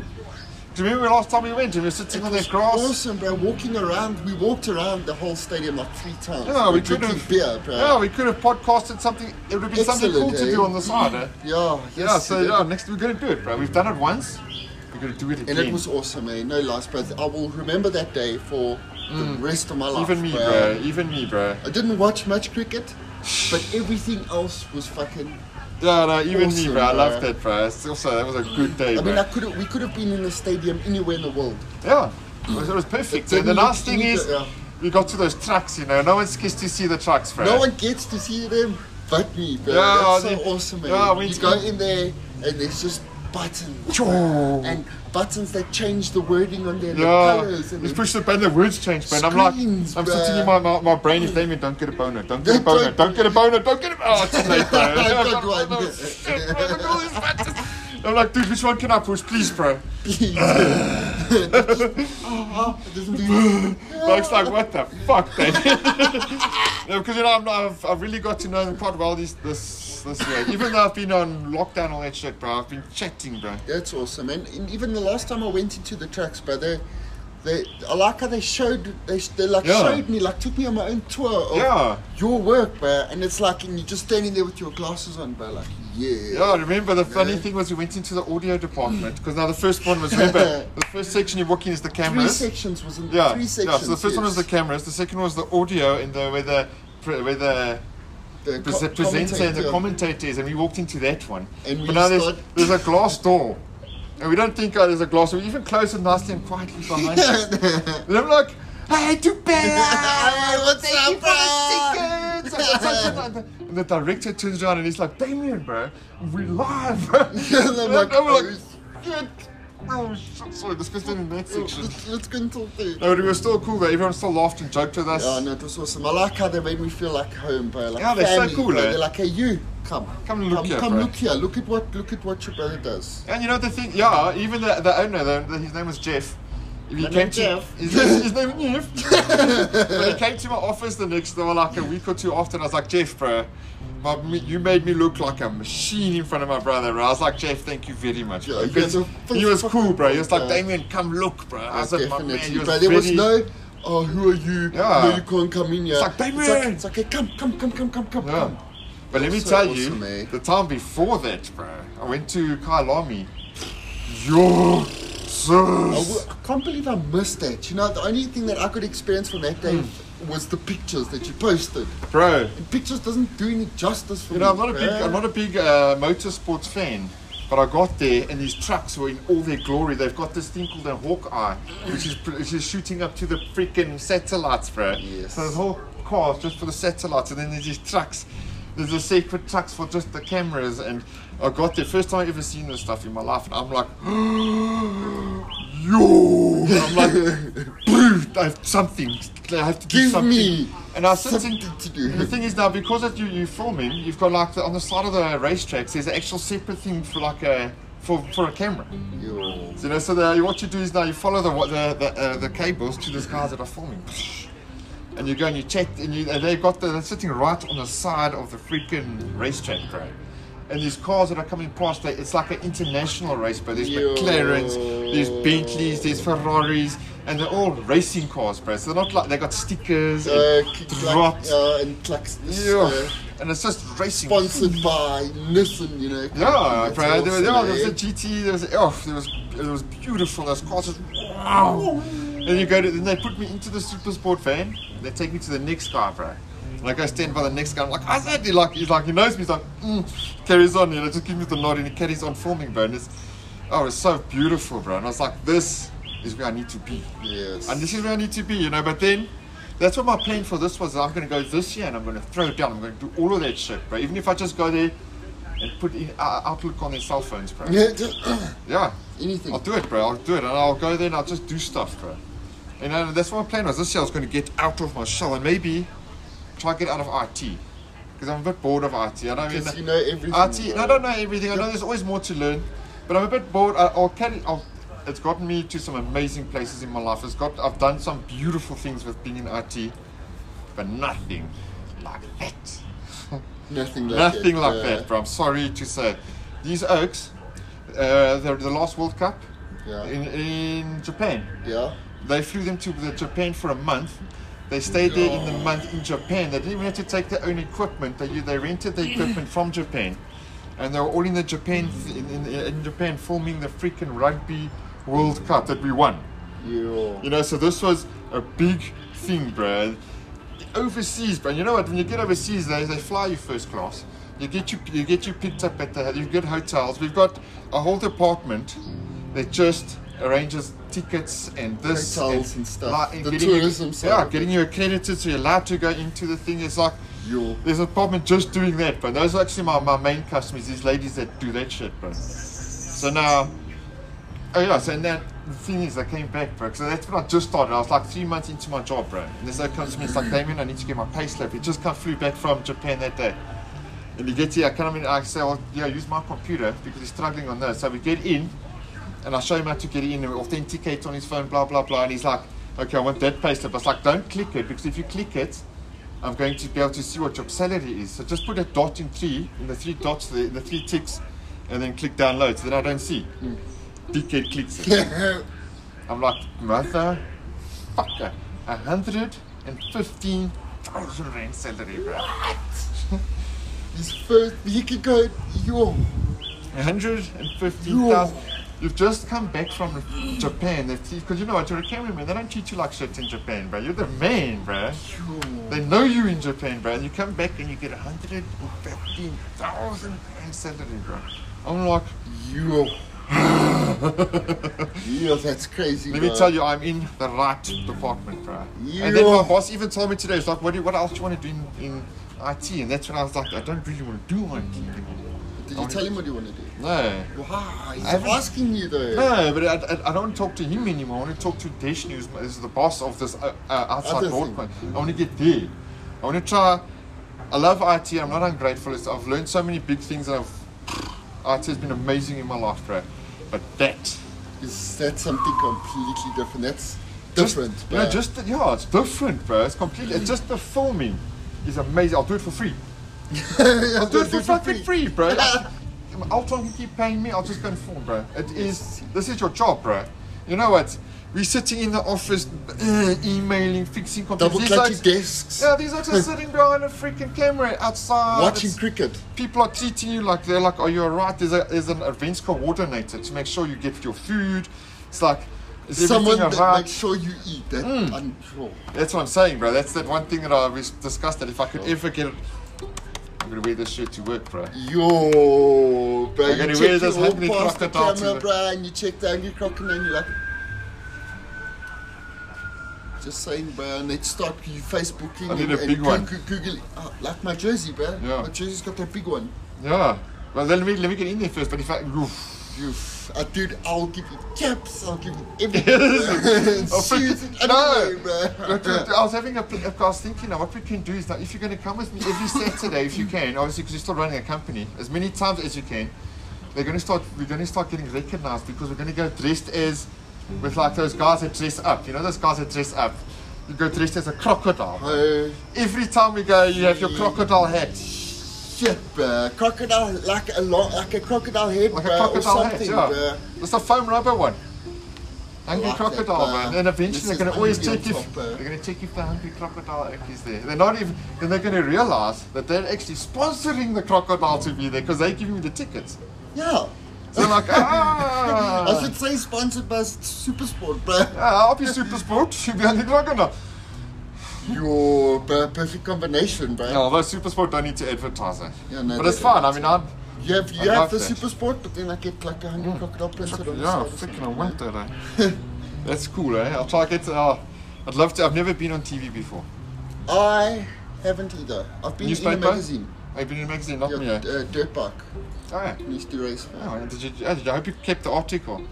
Speaker 1: Do you remember last time we went and we were sitting on that grass?
Speaker 2: Awesome, bro. Walking around, we walked around the whole stadium like three times.
Speaker 1: Yeah, we
Speaker 2: We're
Speaker 1: could
Speaker 2: drinking
Speaker 1: have
Speaker 2: beer, bro.
Speaker 1: Yeah, we could have podcasted something. It would have been something
Speaker 2: Excellent,
Speaker 1: cool to
Speaker 2: eh?
Speaker 1: do on the side. Eh?
Speaker 2: Yeah, yes,
Speaker 1: Yeah, so
Speaker 2: we did.
Speaker 1: yeah, next we're gonna do it, bro. We've done it once. We're gonna do it again.
Speaker 2: And it was awesome, eh? No lies, but I will remember that day for the rest of my life.
Speaker 1: Mm. even me, bro. Even me, bro.
Speaker 2: I didn't watch much cricket, but everything else was fucking.
Speaker 1: Yeah, no, even me,
Speaker 2: Awesome,
Speaker 1: bro. I
Speaker 2: bro.
Speaker 1: loved that, bro. It's also, that was a good day,
Speaker 2: I
Speaker 1: bro.
Speaker 2: mean, I could have we could have been in the stadium anywhere in the world.
Speaker 1: yeah, it was, it was perfect.
Speaker 2: It
Speaker 1: And the
Speaker 2: didn't
Speaker 1: last thing
Speaker 2: need
Speaker 1: is,
Speaker 2: it, yeah.
Speaker 1: we got to those trucks. You know, no one's gets to see the trucks, bro.
Speaker 2: No one gets to see them but me, bro.
Speaker 1: Yeah,
Speaker 2: That's so
Speaker 1: the-
Speaker 2: awesome, eh?
Speaker 1: yeah, we-
Speaker 2: you go in there and there's just buttons
Speaker 1: Choo.
Speaker 2: and buttons that change the wording on their
Speaker 1: Yeah,
Speaker 2: colors and
Speaker 1: you
Speaker 2: then-
Speaker 1: push the button, the words change, man. I'm like,
Speaker 2: Screens,
Speaker 1: I'm
Speaker 2: bro.
Speaker 1: sitting in my, my, my brain is Damien, don't get a boner, don't get a
Speaker 2: Don't-
Speaker 1: boner,
Speaker 2: don't-
Speaker 1: don't get a boner, don't get a boner. Oh, it's too late, bro.
Speaker 2: I got
Speaker 1: I've got
Speaker 2: one.
Speaker 1: one. Shit, bro, look at all these buttons. I'm like, dude, which one can I push, please, bro?
Speaker 2: [laughs]
Speaker 1: [laughs]
Speaker 2: please. It doesn't do-
Speaker 1: Mike's like, what the fuck, man? [laughs] no, because you know, I'm not, I've, I've really got to know them quite well this this this year. Even though I've been on lockdown and all that shit, bro, I've been chatting, bro.
Speaker 2: That's awesome. And, and even the last time I went into the tracks, but they, they, I like how they showed, they, sh- they like
Speaker 1: Yeah.
Speaker 2: showed me, like took me on my own tour of
Speaker 1: Yeah.
Speaker 2: your work, bro. And it's like, and you're just standing there with your glasses on, bro. Like, yeah.
Speaker 1: Yeah, I remember the funny thing was we went into the audio department because now the first one was
Speaker 2: [laughs]
Speaker 1: remember the first section you walk in is the
Speaker 2: Three
Speaker 1: cameras.
Speaker 2: sections was in
Speaker 1: Yeah.
Speaker 2: three
Speaker 1: yeah.
Speaker 2: sections.
Speaker 1: So the first one was the
Speaker 2: yes.
Speaker 1: cameras. The second one was the audio and the where the pre- where the
Speaker 2: the,
Speaker 1: pres-
Speaker 2: co-
Speaker 1: presenter and the
Speaker 2: commentator.
Speaker 1: commentators, and we walked into that one.
Speaker 2: And we
Speaker 1: but now there's,
Speaker 2: start-
Speaker 1: there's a glass door, and we don't think oh, there's a glass. door. We even close it nicely and quietly
Speaker 2: [laughs]
Speaker 1: behind us. And I'm like. Hey, do better!
Speaker 2: Hey, what's
Speaker 1: Thank
Speaker 2: up,
Speaker 1: you for the tickets. And the- and the director turns around and he's like, Damien, bro, we're live, [laughs] bro.
Speaker 2: [laughs] And I'm like,
Speaker 1: I'm
Speaker 2: "Oh,
Speaker 1: shit. Oh, shit. Sorry, let's go stand in that section.
Speaker 2: Let's, let's go and talk there.
Speaker 1: No, but it was still cool though. Everyone still laughed and joked with us.
Speaker 2: Yeah, no, it was awesome. I like how they made me feel like home, bro. Like
Speaker 1: Yeah, they're so
Speaker 2: family,
Speaker 1: cool,
Speaker 2: bro.
Speaker 1: eh?
Speaker 2: They're like, hey, you, come,
Speaker 1: Come look
Speaker 2: come,
Speaker 1: here,
Speaker 2: come
Speaker 1: bro."
Speaker 2: look here. Look at what, look at what your brother does.
Speaker 1: And you know the thing, yeah, even the, the owner, the, the- his name was Jeff. If he
Speaker 2: My
Speaker 1: came
Speaker 2: name
Speaker 1: to
Speaker 2: Jeff.
Speaker 1: [laughs] His, name- his name was Jeff. [laughs] when he came to my office the next, they were like a week or two after, and I was like, Jeff, bro, my, me- you made me look like a machine in front of my brother. Bro. I was like, Jeff, thank you very much. bro."
Speaker 2: Yeah, you
Speaker 1: Because
Speaker 2: guys are
Speaker 1: he was
Speaker 2: fucking
Speaker 1: cool, bro. He
Speaker 2: cool,
Speaker 1: was like,
Speaker 2: bro.
Speaker 1: Damien, come look, bro. I was like, my man,
Speaker 2: definitely.
Speaker 1: he was
Speaker 2: but there was
Speaker 1: very-
Speaker 2: no, oh, who are you?
Speaker 1: Yeah.
Speaker 2: No, you can't come in here.
Speaker 1: It's like, "Damien!"
Speaker 2: It's like, it's like, hey, come, come, come, come, come, come,
Speaker 1: Yeah.
Speaker 2: come.
Speaker 1: But let me
Speaker 2: So
Speaker 1: tell
Speaker 2: awesome,
Speaker 1: you,
Speaker 2: eh?
Speaker 1: the time before that, bro, I went to Kailami. Yo,
Speaker 2: I,
Speaker 1: sis.
Speaker 2: w- I can't believe I missed that. You know, the only thing that I could experience from that day
Speaker 1: Hmm.
Speaker 2: was the pictures that you posted.
Speaker 1: bro.
Speaker 2: And pictures doesn't do any justice for
Speaker 1: You
Speaker 2: me.
Speaker 1: know, I'm not a big,
Speaker 2: bruh.
Speaker 1: I'm not a big uh, motorsports fan, but I got there and these trucks were in all their glory. They've got this thing called a Hawkeye, which is which is shooting up to the freaking satellites, bro.
Speaker 2: Yes.
Speaker 1: So this whole car is just for the satellites, and then there's these trucks. There's the secret trucks for just the cameras, and I got there first time I ever seen this stuff in my life, and I'm like, yo, And I'm like, dude, I have something. I have to do
Speaker 2: Give
Speaker 1: something.
Speaker 2: me
Speaker 1: and I was sitting,
Speaker 2: something to do.
Speaker 1: The thing is now because that you you filming, you've got like the, on the side of the racetracks. There's an actual separate thing for like a for for a camera.
Speaker 2: Yo.
Speaker 1: So, you know, so the, what you do is now you follow the wa- the the, uh, the cables to these guys that are filming, and you go and you check, and you and they've got the, they're sitting right on the side of the freaking racetrack, bro. And these cars that are coming past, they, it's like an international race, but there's
Speaker 2: Yo.
Speaker 1: McLarens, there's Bentleys, there's Ferraris, and they're all racing cars, bro. So they're not like they got stickers,
Speaker 2: Uh,
Speaker 1: and
Speaker 2: Click Clack,
Speaker 1: drops,
Speaker 2: yeah, and Clacks.
Speaker 1: yeah, and it's just racing.
Speaker 2: sponsored by Nissan, you know.
Speaker 1: Yeah,
Speaker 2: That's
Speaker 1: bro. There, er was- yeah,
Speaker 2: awesome,
Speaker 1: there was
Speaker 2: eh?
Speaker 1: a GT. There was oh, there was it was er beautiful. Those cars just wow. And you go to, then they put me into the super sport van. They take me to the next guy, bro. And I go stand by the next guy. I'm like, how's that? He like, he's like, he knows me. He's like, mm, carries on. You know, just give me the nod, and he carries on filming, bro. And it's oh, it's so beautiful, bro. And I was like, this is where I need to be.
Speaker 2: Yes.
Speaker 1: And this is where I need to be, you know. But then, that's what my plan for this was. I'm going to go this year and I'm going to throw it down. I'm going to do all of that shit, bro. Even if I just go there and put in uh, Outlook on their cell phones, bro.
Speaker 2: Yeah, just-
Speaker 1: Yeah.
Speaker 2: Anything.
Speaker 1: I'll do it, bro. I'll do it. And I'll go there and I'll just do stuff, bro. You know, and uh, that's what my plan was. This year I was going to get out of my shell and maybe try to get out of IT. Because I'm a bit bored of IT. I don't
Speaker 2: Because
Speaker 1: even
Speaker 2: you know everything.
Speaker 1: RT,
Speaker 2: bro.
Speaker 1: I don't know everything. I know there's always more to learn, but I'm a bit bored. I, I'll carry. I'll, it's gotten me to some amazing places in my life. It's got. I've done some beautiful things with being in RT, but nothing like that.
Speaker 2: [laughs] Nothing like
Speaker 1: nothing
Speaker 2: that.
Speaker 1: like
Speaker 2: yeah.
Speaker 1: that, bro. I'm sorry to say. These oaks, uh, they're the last World Cup
Speaker 2: Yeah.
Speaker 1: in in Japan.
Speaker 2: Yeah.
Speaker 1: They flew them to the Japan for a month. They stayed there in the month in Japan. They didn't even have to take their own equipment. They, they rented the equipment from Japan, and they were all in the Japan in, in, in Japan filming the freaking rugby World Cup that we won.
Speaker 2: Yeah.
Speaker 1: You know, so this was a big thing, bro. Overseas, bro. You know what? When you get overseas, they, they fly you first class. You get you you get you picked up at the you get hotels. We've got a whole department that just arranges tickets and this
Speaker 2: Hotels and stuff.
Speaker 1: like,
Speaker 2: The
Speaker 1: getting you-
Speaker 2: tourism side
Speaker 1: Yeah,
Speaker 2: of it.
Speaker 1: getting you accredited so you're allowed to go into the thing. It's like
Speaker 2: Yo.
Speaker 1: there's a problem just doing that, but those are actually my, my main customers, these ladies that do that shit, bro. So now, oh yeah, so and then the thing is, I came back, bro. So that's when I just started. I was like three months into my job, bro. And this guy comes to me, it's like, Damien, I need to get my pay slip. He just come flew back from Japan that day. And he gets here, I come in, I say, well, yeah, use my computer because he's struggling on this. So we get in, and I show him how to get in and authenticate on his phone, blah, blah, blah. And he's like, okay, I want that pay slip. I was like, don't click it because if you click it, I'm going to be able to see what your salary is. So just put a dot in three, in the three dots, the, the three ticks, and then click download. So then I don't see. Dickhead clicks it. I'm like, mother, fucker, 115,000 rand salary, bro.
Speaker 2: [laughs] His first. He could go. Yo.
Speaker 1: 115,000. You've just come back from Japan. Because you know what? You're a cameraman. They don't treat you like shit in Japan, bro. You're the man, bro. They know you in Japan, bro. And you come back and you get 115,000 rand salary, bro. I'm like, [laughs]
Speaker 2: Yo. Yo, that's crazy.
Speaker 1: let
Speaker 2: bro.
Speaker 1: me tell you, I'm in the right department, bro. And then my
Speaker 2: Yeah.
Speaker 1: boss even told me today, it's like, what, do you, what else do you want to do in, in IT? And that's when I was like, I don't really want to do IT anymore.
Speaker 2: Did you tell him what you want to do?
Speaker 1: No.
Speaker 2: Wow. He's
Speaker 1: haven't-
Speaker 2: asking you though.
Speaker 1: No, but I, I, I don't talk to him anymore. I want to talk to Dash News, who's the boss of this uh, uh, outside
Speaker 2: Other
Speaker 1: board.
Speaker 2: thing.
Speaker 1: one. I want to get there. I want to try. I love IT. I'm not ungrateful. It's, I've learned so many big things, and I've, [sighs] IT has been amazing in my life, bro. But that,
Speaker 2: Is that something completely different? That's
Speaker 1: just-
Speaker 2: different.
Speaker 1: you know,
Speaker 2: bro. [laughs]
Speaker 1: just yeah, it's different, bro. It's completely. It's just the filming is amazing. I'll do it for free. I'll do it for fucking free, bro.
Speaker 2: [laughs]
Speaker 1: I'll try and keep paying me. I'll just go and film, bro. It is. This is your job, bro. You know what? We're sitting in the office, uh, emailing, fixing computers.
Speaker 2: Double
Speaker 1: These
Speaker 2: clutchy
Speaker 1: guys-
Speaker 2: desks.
Speaker 1: Yeah, these guys are sitting behind a freaking camera outside.
Speaker 2: Watching
Speaker 1: It's-
Speaker 2: cricket.
Speaker 1: people are treating you like they're like, oh, you're right. There's, a, there's an events coordinator to make sure you get your food. It's like, is
Speaker 2: Someone
Speaker 1: everything Hmm.
Speaker 2: that
Speaker 1: alright?
Speaker 2: makes sure you eat. That I'm sure.
Speaker 1: That's what I'm saying, bro. That's that one thing that I we discussed. That if I could ever get, it, I'm gonna wear this shirt to work, bro.
Speaker 2: Yo, bro,
Speaker 1: gonna
Speaker 2: you
Speaker 1: wear
Speaker 2: check
Speaker 1: this
Speaker 2: your walk
Speaker 1: Hackney
Speaker 2: past the
Speaker 1: crocodile
Speaker 2: camera,
Speaker 1: to-
Speaker 2: bro, and you check the angry crocodile, and you're like, just saying, bro, and they start you Facebooking
Speaker 1: I need
Speaker 2: and,
Speaker 1: a
Speaker 2: and
Speaker 1: big one.
Speaker 2: Google, Google oh, like my jersey, bro.
Speaker 1: Yeah.
Speaker 2: My jersey's got that big one.
Speaker 1: Yeah. Well, then let me let me get in there first. But if I, oof,
Speaker 2: You, uh, dude, I'll give you caps, I'll
Speaker 1: [laughs]
Speaker 2: give you everything. [laughs] bro.
Speaker 1: I'll freaking-
Speaker 2: Shoes and
Speaker 1: No.
Speaker 2: underwear, bro.
Speaker 1: Look, look,
Speaker 2: [laughs]
Speaker 1: I was having a, pl- I was thinking now what we can do is that if you're going to come with me every Saturday, if you can, obviously because you're still running a company, as many times as you can, they're going to start. We're going to start getting recognised because we're going to go dressed as, with like those guys that dress up. You know those guys that dress up. You go dressed as a crocodile.
Speaker 2: Oh,
Speaker 1: Every time we go, you have your crocodile hat.
Speaker 2: shit, bro. uh, Crocodile, like a long, like a crocodile head,
Speaker 1: Like
Speaker 2: bro,
Speaker 1: a
Speaker 2: or
Speaker 1: crocodile hat,
Speaker 2: something,
Speaker 1: yeah.
Speaker 2: bro.
Speaker 1: It's a foam rubber one. Hungry
Speaker 2: like that,
Speaker 1: crocodile,
Speaker 2: but
Speaker 1: man. And eventually they're
Speaker 2: this
Speaker 1: going
Speaker 2: is
Speaker 1: to always
Speaker 2: hungry
Speaker 1: check
Speaker 2: on
Speaker 1: if
Speaker 2: top, uh,
Speaker 1: they're going to check if the hungry crocodile act is there. They're not even. Then they're going to realize that they're actually sponsoring the crocodile to be there because they're giving me the tickets.
Speaker 2: Yeah.
Speaker 1: So I'm
Speaker 2: [laughs]
Speaker 1: like, ah.
Speaker 2: I should say sponsored by Supersport, bro.
Speaker 1: Ah, I'll be super sport. She'll [laughs] be hungry crocodile.
Speaker 2: Your per- perfect combination, bro.
Speaker 1: Yeah, although super sport don't need to advertise it.
Speaker 2: Yeah, no,
Speaker 1: but
Speaker 2: they
Speaker 1: it's fine. I
Speaker 2: don't.
Speaker 1: mean, I'm.
Speaker 2: You have, you
Speaker 1: I
Speaker 2: have
Speaker 1: like
Speaker 2: the
Speaker 1: that. Mm.
Speaker 2: Supersport, but then I get like a hundred crocodile printed on the
Speaker 1: Yeah,
Speaker 2: side of the
Speaker 1: freaking I
Speaker 2: thing,
Speaker 1: want that. Eh?
Speaker 2: [laughs]
Speaker 1: That's cool, eh? I'll try to get. Uh, I'd love to. I've never been on TV before.
Speaker 2: I haven't either. I've been
Speaker 1: Newspaper?
Speaker 2: in a magazine.
Speaker 1: I've been in a magazine, not
Speaker 2: Yeah,
Speaker 1: me.
Speaker 2: d-
Speaker 1: Eh?
Speaker 2: uh, dirt bike.
Speaker 1: Oh, yeah.
Speaker 2: Used to race.
Speaker 1: Oh, and did you, uh, did you- I hope you kept the article.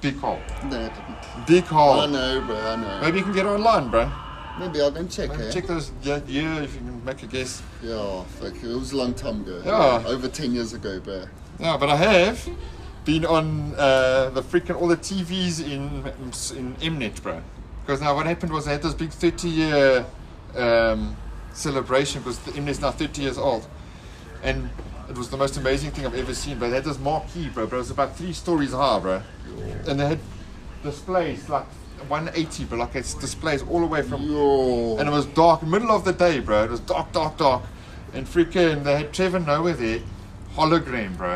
Speaker 1: Decal.
Speaker 2: No, I didn't. I
Speaker 1: Decal.
Speaker 2: know, bro. I know.
Speaker 1: Maybe you can get it online, bro.
Speaker 2: Maybe I'll go and check. eh?
Speaker 1: Check those yeah, yeah, if you can make a guess.
Speaker 2: Yeah, like it was a long time ago.
Speaker 1: Yeah.
Speaker 2: Over 10 years ago, bro.
Speaker 1: Yeah, but I have been on uh, the freaking all the TVs in in Mnet, bro. Because now what happened was they had this big 30 year um, celebration because the Mnet's now 30 years old, and it was the most amazing thing I've ever seen. But they had this marquee, bro. But it was about three stories high, bro. And they had displays like 180, but like it's displays all the way from
Speaker 2: Yo.
Speaker 1: and it was dark, middle of the day, bro. It was dark, dark, dark. And freaking, they had Trevor Noah there, hologram, bro.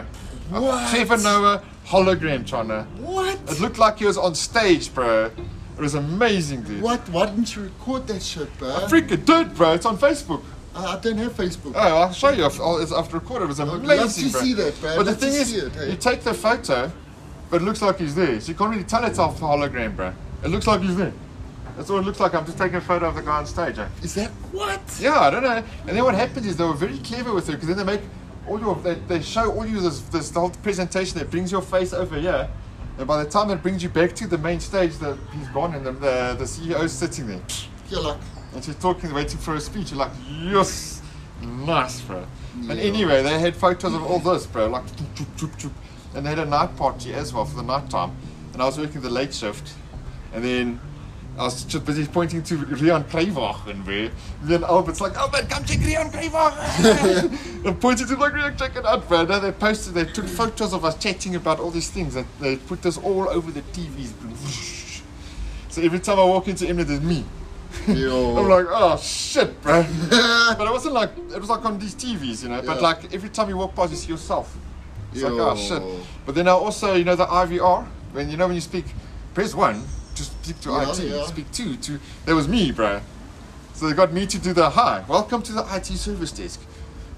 Speaker 1: A
Speaker 2: What?
Speaker 1: Trevor Noah hologram, China.
Speaker 2: What?
Speaker 1: It looked like he was on stage, bro. It was amazing, dude.
Speaker 2: What? Why didn't you record that shit, bro?
Speaker 1: I freaking did, bro. It's on Facebook.
Speaker 2: I, I don't have Facebook.
Speaker 1: Oh, I'll show you. I've, I'll- it's- I've recorded. It was
Speaker 2: love
Speaker 1: amazing,
Speaker 2: to
Speaker 1: bro.
Speaker 2: see that, bro.
Speaker 1: But
Speaker 2: Love
Speaker 1: the thing
Speaker 2: to
Speaker 1: is,
Speaker 2: see it, hey.
Speaker 1: you take the photo, but it looks like he's there. So you can't really tell it's off the hologram, bro. It looks like he's there. That's all it looks like. I'm just taking a photo of the guy on stage, eh?
Speaker 2: Is that what?
Speaker 1: Yeah, I don't know. And then what happens is they were very clever with it because then they make all your they, they show all you this this whole presentation that brings your face over here, and by the time it brings you back to the main stage, the, he's gone and the, the the CEO's sitting there
Speaker 2: You're like,
Speaker 1: and she's talking, waiting for a speech. You're like, yes, nice, bro. And anyway, they had photos of all this, bro, like, choop, choop, choop, choop. and they had a night party as well for the night time. And I was working the late shift, and then I was just busy pointing to Rian Krijwagen, bro. And then Albert's like, Albert, come check Rian Krijwagen. [laughs] and pointed to him like, Rian, check it out, bro. Now they posted, they took photos of us chatting about all these things. And they put this all over the TVs. bro. So every time I walk into Emirates, there's me. [laughs]
Speaker 2: yo.
Speaker 1: I'm like, oh shit, bro.
Speaker 2: [laughs]
Speaker 1: but it wasn't like it was like on these TVs, you know. But
Speaker 2: Yeah.
Speaker 1: like every time you walk past, you see yourself. It's like, oh shit.
Speaker 2: Yo.
Speaker 1: But then I also, you know, the IVR. When you know when you speak, press one to speak to
Speaker 2: Yeah,
Speaker 1: IT.
Speaker 2: yeah.
Speaker 1: Speak two to. That was me, bro. So they got me to do the hi. Welcome to the IT service desk.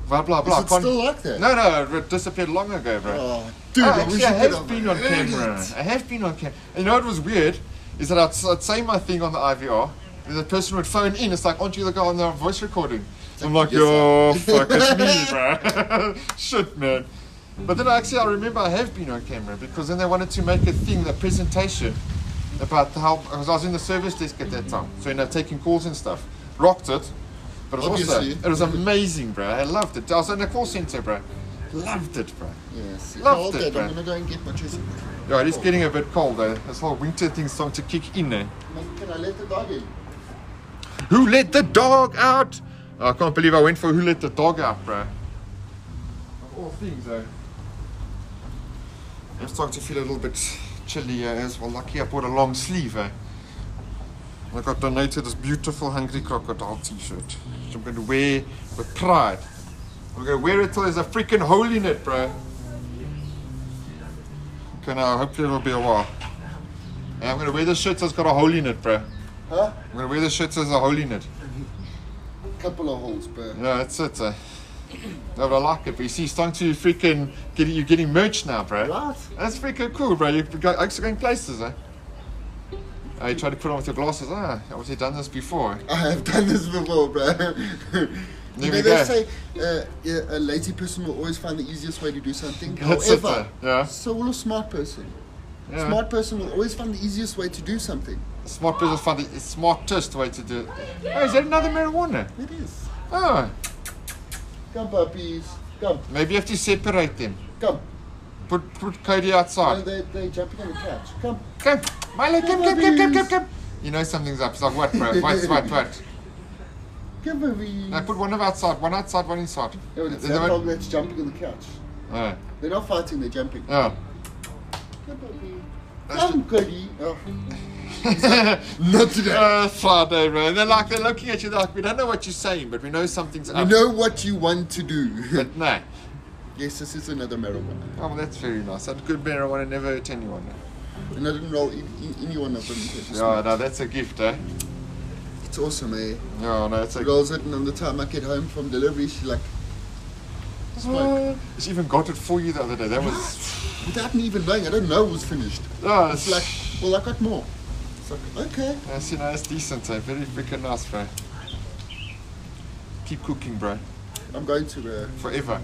Speaker 1: Blah blah blah.
Speaker 2: it
Speaker 1: Can't-
Speaker 2: still like that?
Speaker 1: No, no, it disappeared long ago, bro.
Speaker 2: Oh, dude,
Speaker 1: Oh,
Speaker 2: I
Speaker 1: actually,
Speaker 2: wish you
Speaker 1: I
Speaker 2: could
Speaker 1: have
Speaker 2: have
Speaker 1: been on
Speaker 2: heard
Speaker 1: camera.
Speaker 2: it.
Speaker 1: I have been on camera. You know what was weird is that I'd, s- I'd say my thing on the IVR, and the person would phone in. It's like, aren't you the guy on the voice recording? I'm like,
Speaker 2: Yes,
Speaker 1: yo, [laughs] fuck, it's me, bro. Shit, man. [laughs] But then actually, I remember I have been on camera because then they wanted to make a thing, a presentation about how because I was in the service desk at that time, so you know, taking calls and stuff. Rocked it, but it was
Speaker 2: Obviously.
Speaker 1: also it was amazing, bro. I loved it. I was in the call center, bro. Loved it, bro.
Speaker 2: Yes.
Speaker 1: Loved
Speaker 2: Hold
Speaker 1: it,
Speaker 2: that.
Speaker 1: bro.
Speaker 2: I'm gonna go and get my dressing.
Speaker 1: Yeah, it is getting a bit cold though. This whole winter thing starting to kick in eh?
Speaker 2: Can I let the dog in?
Speaker 1: Who let the dog out? Oh, I can't believe I went for who let the dog out, bro. Of all things though. I'm starting to feel a little bit chilly eh, as well. Lucky I bought a long sleeve, eh? I got donated this beautiful Hungry Crocodile t-shirt. Which I'm going to wear with pride. I'm going to wear it till there's a freaking hole in it, bro. Okay, now hopefully it'll be a while. And I'm going to wear this shirt that's got a hole in it, bro.
Speaker 2: Huh?
Speaker 1: I'm gonna wear the shit as a hole in it.
Speaker 2: Couple of holes, bro.
Speaker 1: Yeah, that's it. Uh, no, but I like it. But you see, it's starting to freaking get you're getting merch now, bro.
Speaker 2: Right.
Speaker 1: That's freaking cool, bro. You're go- actually going places, eh? Oh, you tried to put on with your glasses. Ah, I've obviously done this before.
Speaker 2: I have done this before, bro. [laughs] you
Speaker 1: we go.
Speaker 2: know, they say uh, yeah, a lazy person will always find the easiest way to do something.
Speaker 1: That's it,
Speaker 2: However,
Speaker 1: though. Yeah.
Speaker 2: so will a smart person.
Speaker 1: Yeah.
Speaker 2: Smart person will always find the easiest way to do something.
Speaker 1: Smart business find the smartest way to do it. Oh, is that another marijuana?
Speaker 2: It is.
Speaker 1: Oh,
Speaker 2: Come, puppies. Come,
Speaker 1: maybe you have to separate them.
Speaker 2: come.
Speaker 1: Put put Cody
Speaker 2: No,
Speaker 1: outside.
Speaker 2: they, they're jumping on the couch. Come.
Speaker 1: Come, Milo, come, come, come, come, come,
Speaker 2: Babies.
Speaker 1: come. You know something's up. It's like what, bro? What, what, what?
Speaker 2: Come, puppies.
Speaker 1: No, put one of outside, one outside, one inside.
Speaker 2: Yeah, but
Speaker 1: Is
Speaker 2: it's
Speaker 1: there
Speaker 2: that
Speaker 1: one-
Speaker 2: dog that's jumping on the couch.
Speaker 1: Oh,
Speaker 2: They're not fighting, they're jumping.
Speaker 1: oh.
Speaker 2: Come, puppy. Come, Cody. Oh.
Speaker 1: [laughs] Not [laughs] today. Uh, Friday, man. They're like they're looking at you like we don't know what you're saying, but we know something's
Speaker 2: You
Speaker 1: up.
Speaker 2: know what you want to do. [laughs]
Speaker 1: But no.
Speaker 2: yes, this is another marijuana.
Speaker 1: Oh, well, that's very nice. That good marijuana never hurt anyone.
Speaker 2: And I didn't roll in, in, any one of [laughs] them. so just-
Speaker 1: Yeah, no, that's a gift, eh?
Speaker 2: It's awesome, eh?
Speaker 1: No, no, it's
Speaker 2: She
Speaker 1: a
Speaker 2: rolls it, and on the time I get home from delivery, she like, smoke.
Speaker 1: She even got it for you the other day. That was.
Speaker 2: without me even knowing, I don't know it was finished.
Speaker 1: Oh,
Speaker 2: It's
Speaker 1: it's
Speaker 2: like, well, I got more. It's like, okay.
Speaker 1: That's, you know, it's decent, eh? Very freaking nice, bro. Keep cooking, bro.
Speaker 2: I'm going to, uh,
Speaker 1: Forever.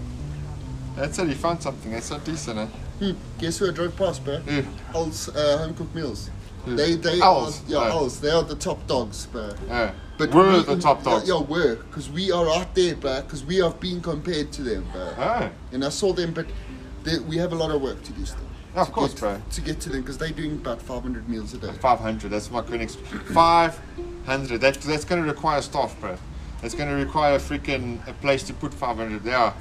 Speaker 1: That's it, you found something. That's so decent, eh?
Speaker 2: hmm, guess who I drove past, bro?
Speaker 1: Who?
Speaker 2: Owls, uh, home cooked meals.
Speaker 1: Who?
Speaker 2: They, they
Speaker 1: Owls?
Speaker 2: are, yeah,
Speaker 1: Oh.
Speaker 2: owls. They are the top dogs, bro.
Speaker 1: Yeah. But we're
Speaker 2: we-
Speaker 1: the top dogs.
Speaker 2: Yeah, yeah we're, because we are out there, bro, because we have been compared to them, bro.
Speaker 1: Oh,
Speaker 2: And I saw them, but they, we have a lot of work to do still.
Speaker 1: Yeah, of
Speaker 2: to
Speaker 1: course,
Speaker 2: get,
Speaker 1: bro.
Speaker 2: To get to them, because they're doing about 500 meals a day.
Speaker 1: 500. That's my Koenigs. 500. That, that's going to require staff, bro. That's going to require freaking a place to put 500. Yeah.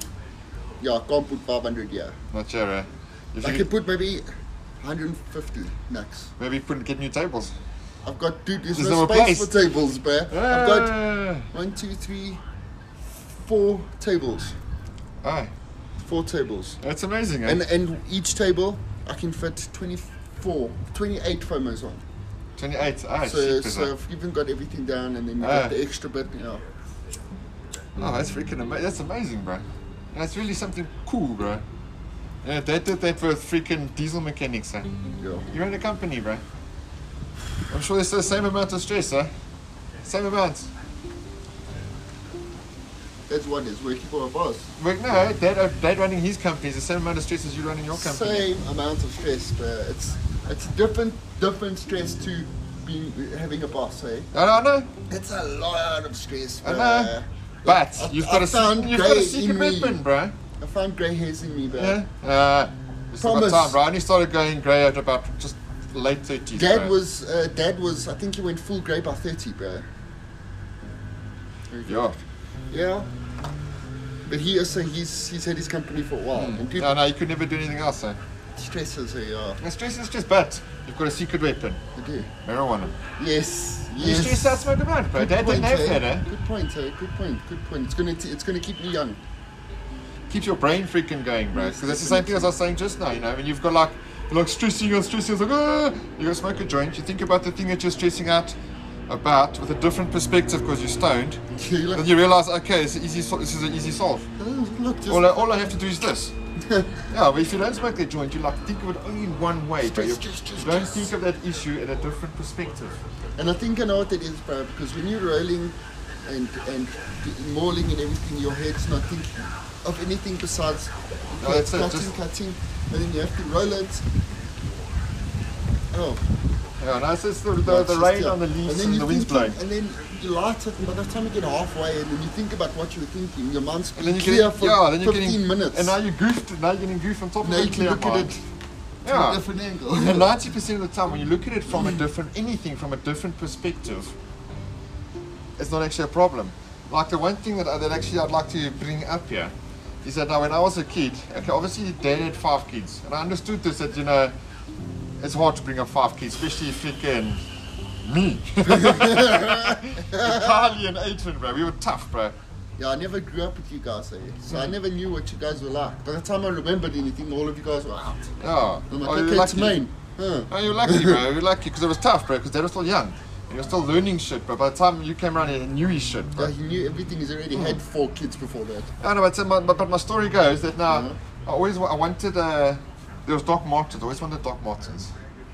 Speaker 2: Yeah, I can't put 500, yeah.
Speaker 1: Not sure, eh? If
Speaker 2: I
Speaker 1: you
Speaker 2: can
Speaker 1: could
Speaker 2: put maybe 150 max.
Speaker 1: maybe put, get new tables.
Speaker 2: I've got, dude, there's,
Speaker 1: There's
Speaker 2: no,
Speaker 1: no
Speaker 2: space
Speaker 1: place.
Speaker 2: for tables, bro. I've got
Speaker 1: Ah.
Speaker 2: one, two, three, four tables.
Speaker 1: Oh,
Speaker 2: Four tables.
Speaker 1: that's amazing, eh?
Speaker 2: And, and each table, I can fit 24, 28 FOMOs on.
Speaker 1: 28. Oh,
Speaker 2: so,
Speaker 1: shit,
Speaker 2: so I've even got everything down, and then you
Speaker 1: Ah.
Speaker 2: got the extra bit, yeah.
Speaker 1: Oh, that's freaking amazing. That's amazing, bro. That's really something cool, bro. Yeah, they did that with freaking diesel mechanics, huh?
Speaker 2: yeah.
Speaker 1: You own a company, bro. I'm sure it's the same amount of stress, huh? Same amount.
Speaker 2: That's what is working for a boss.
Speaker 1: But no, dad, dad running his company is the same amount of stress as you running your company.
Speaker 2: Same amount of stress, but it's it's different different stress to being having a boss, eh?
Speaker 1: I don't know.
Speaker 2: It's a lot of stress,
Speaker 1: I
Speaker 2: bro.
Speaker 1: know. But
Speaker 2: I-
Speaker 1: you've
Speaker 2: I
Speaker 1: got a se-
Speaker 2: found
Speaker 1: you've got a
Speaker 2: grey
Speaker 1: secret
Speaker 2: in me.
Speaker 1: weapon, bro.
Speaker 2: I found grey hairs in me, bro.
Speaker 1: Yeah. Uh, it's about
Speaker 2: Promise.
Speaker 1: time, bro. I only started going grey at about just late 30s.
Speaker 2: Dad
Speaker 1: bro.
Speaker 2: was uh, dad was I think he went full grey by thirty, bro.
Speaker 1: Yeah.
Speaker 2: Yeah. But he also he's he's had his company for a while. And dude,
Speaker 1: No, no, you could never do anything else, huh?
Speaker 2: stresses her, yeah.
Speaker 1: No stress is stress, but you've got a secret weapon.
Speaker 2: I uh, do.
Speaker 1: Marijuana.
Speaker 2: Yes.
Speaker 1: You stress out
Speaker 2: Yes.
Speaker 1: smoke around, bro.
Speaker 2: Good
Speaker 1: Dad didn't
Speaker 2: point,
Speaker 1: have
Speaker 2: eh?
Speaker 1: that, eh?
Speaker 2: Good point, eh? Good point. Good point. It's gonna t- it's gonna keep me young.
Speaker 1: Keeps your brain freaking going, bro. Because that's the same thing as I was saying just now, you know, when you've got like you're like stressing and stressing, it's like ah! you go smoke a joint, you think about the thing that you're stressing out about with a different perspective because you're stoned.
Speaker 2: You're like,
Speaker 1: Then [laughs] you realize, okay, it's an easy sol- this is an easy solve.
Speaker 2: Oh, look, just
Speaker 1: All I, all I have to do is
Speaker 2: [laughs]
Speaker 1: this. yeah, but if you don't smoke that joint, you like think of it only in one way, but you,
Speaker 2: Stress, stress, stress,
Speaker 1: you don't
Speaker 2: stress.
Speaker 1: think of that issue at a different perspective.
Speaker 2: and I think I know what it is, bro. Because when you're rolling and and d- mauling and everything, your head's not thinking of anything besides
Speaker 1: No,
Speaker 2: okay,
Speaker 1: that's it,
Speaker 2: cutting,
Speaker 1: just-
Speaker 2: cutting, and then you have to roll it. Oh,
Speaker 1: Yeah, no, it's just the,
Speaker 2: no,
Speaker 1: the,
Speaker 2: it's
Speaker 1: the
Speaker 2: just,
Speaker 1: rain
Speaker 2: yeah.
Speaker 1: on the leaves
Speaker 2: then
Speaker 1: and,
Speaker 2: you
Speaker 1: the wind's
Speaker 2: think-
Speaker 1: blowing.
Speaker 2: And then you light it, and by the time you get halfway, and then you think about what you were thinking, your mind's
Speaker 1: And then
Speaker 2: been
Speaker 1: you
Speaker 2: clear
Speaker 1: get
Speaker 2: for
Speaker 1: yeah, then you're
Speaker 2: 15
Speaker 1: getting,
Speaker 2: minutes.
Speaker 1: And now you goofed. Now you're getting goofed on top
Speaker 2: Now
Speaker 1: of
Speaker 2: you
Speaker 1: it.
Speaker 2: can look at it from a
Speaker 1: Yeah.
Speaker 2: different angle.
Speaker 1: [laughs] And ninety percent of the time, when you look at it from a different anything from a different perspective, it's not actually a problem. Like the one thing that I, that actually I'd like to bring up here is that now when I was a kid, okay, obviously dad had five kids, and I understood this that you know it's hard to bring up five kids, especially if you can me, [laughs] Carly and Adrian, bro. We were tough, bro.
Speaker 2: [laughs] Yeah, I never grew up with you guys, eh? so
Speaker 1: Mm.
Speaker 2: I never knew what you guys were like. By the time I remembered anything, all of you guys were out.
Speaker 1: Yeah.
Speaker 2: I'm like,
Speaker 1: Oh, you're
Speaker 2: okay, it's
Speaker 1: lucky.
Speaker 2: mine. Huh.
Speaker 1: Oh, you're lucky, bro. You're lucky because it was tough, bro. Because they were still young, and you're still learning shit. But by the time you came around, you knew his shit, bro.
Speaker 2: Yeah, he knew everything. He's already
Speaker 1: Mm.
Speaker 2: had four kids before that.
Speaker 1: I know, but, my, but, but my story goes that now I always wa- I wanted uh, there was Doc Martens. I always wanted Doc Martens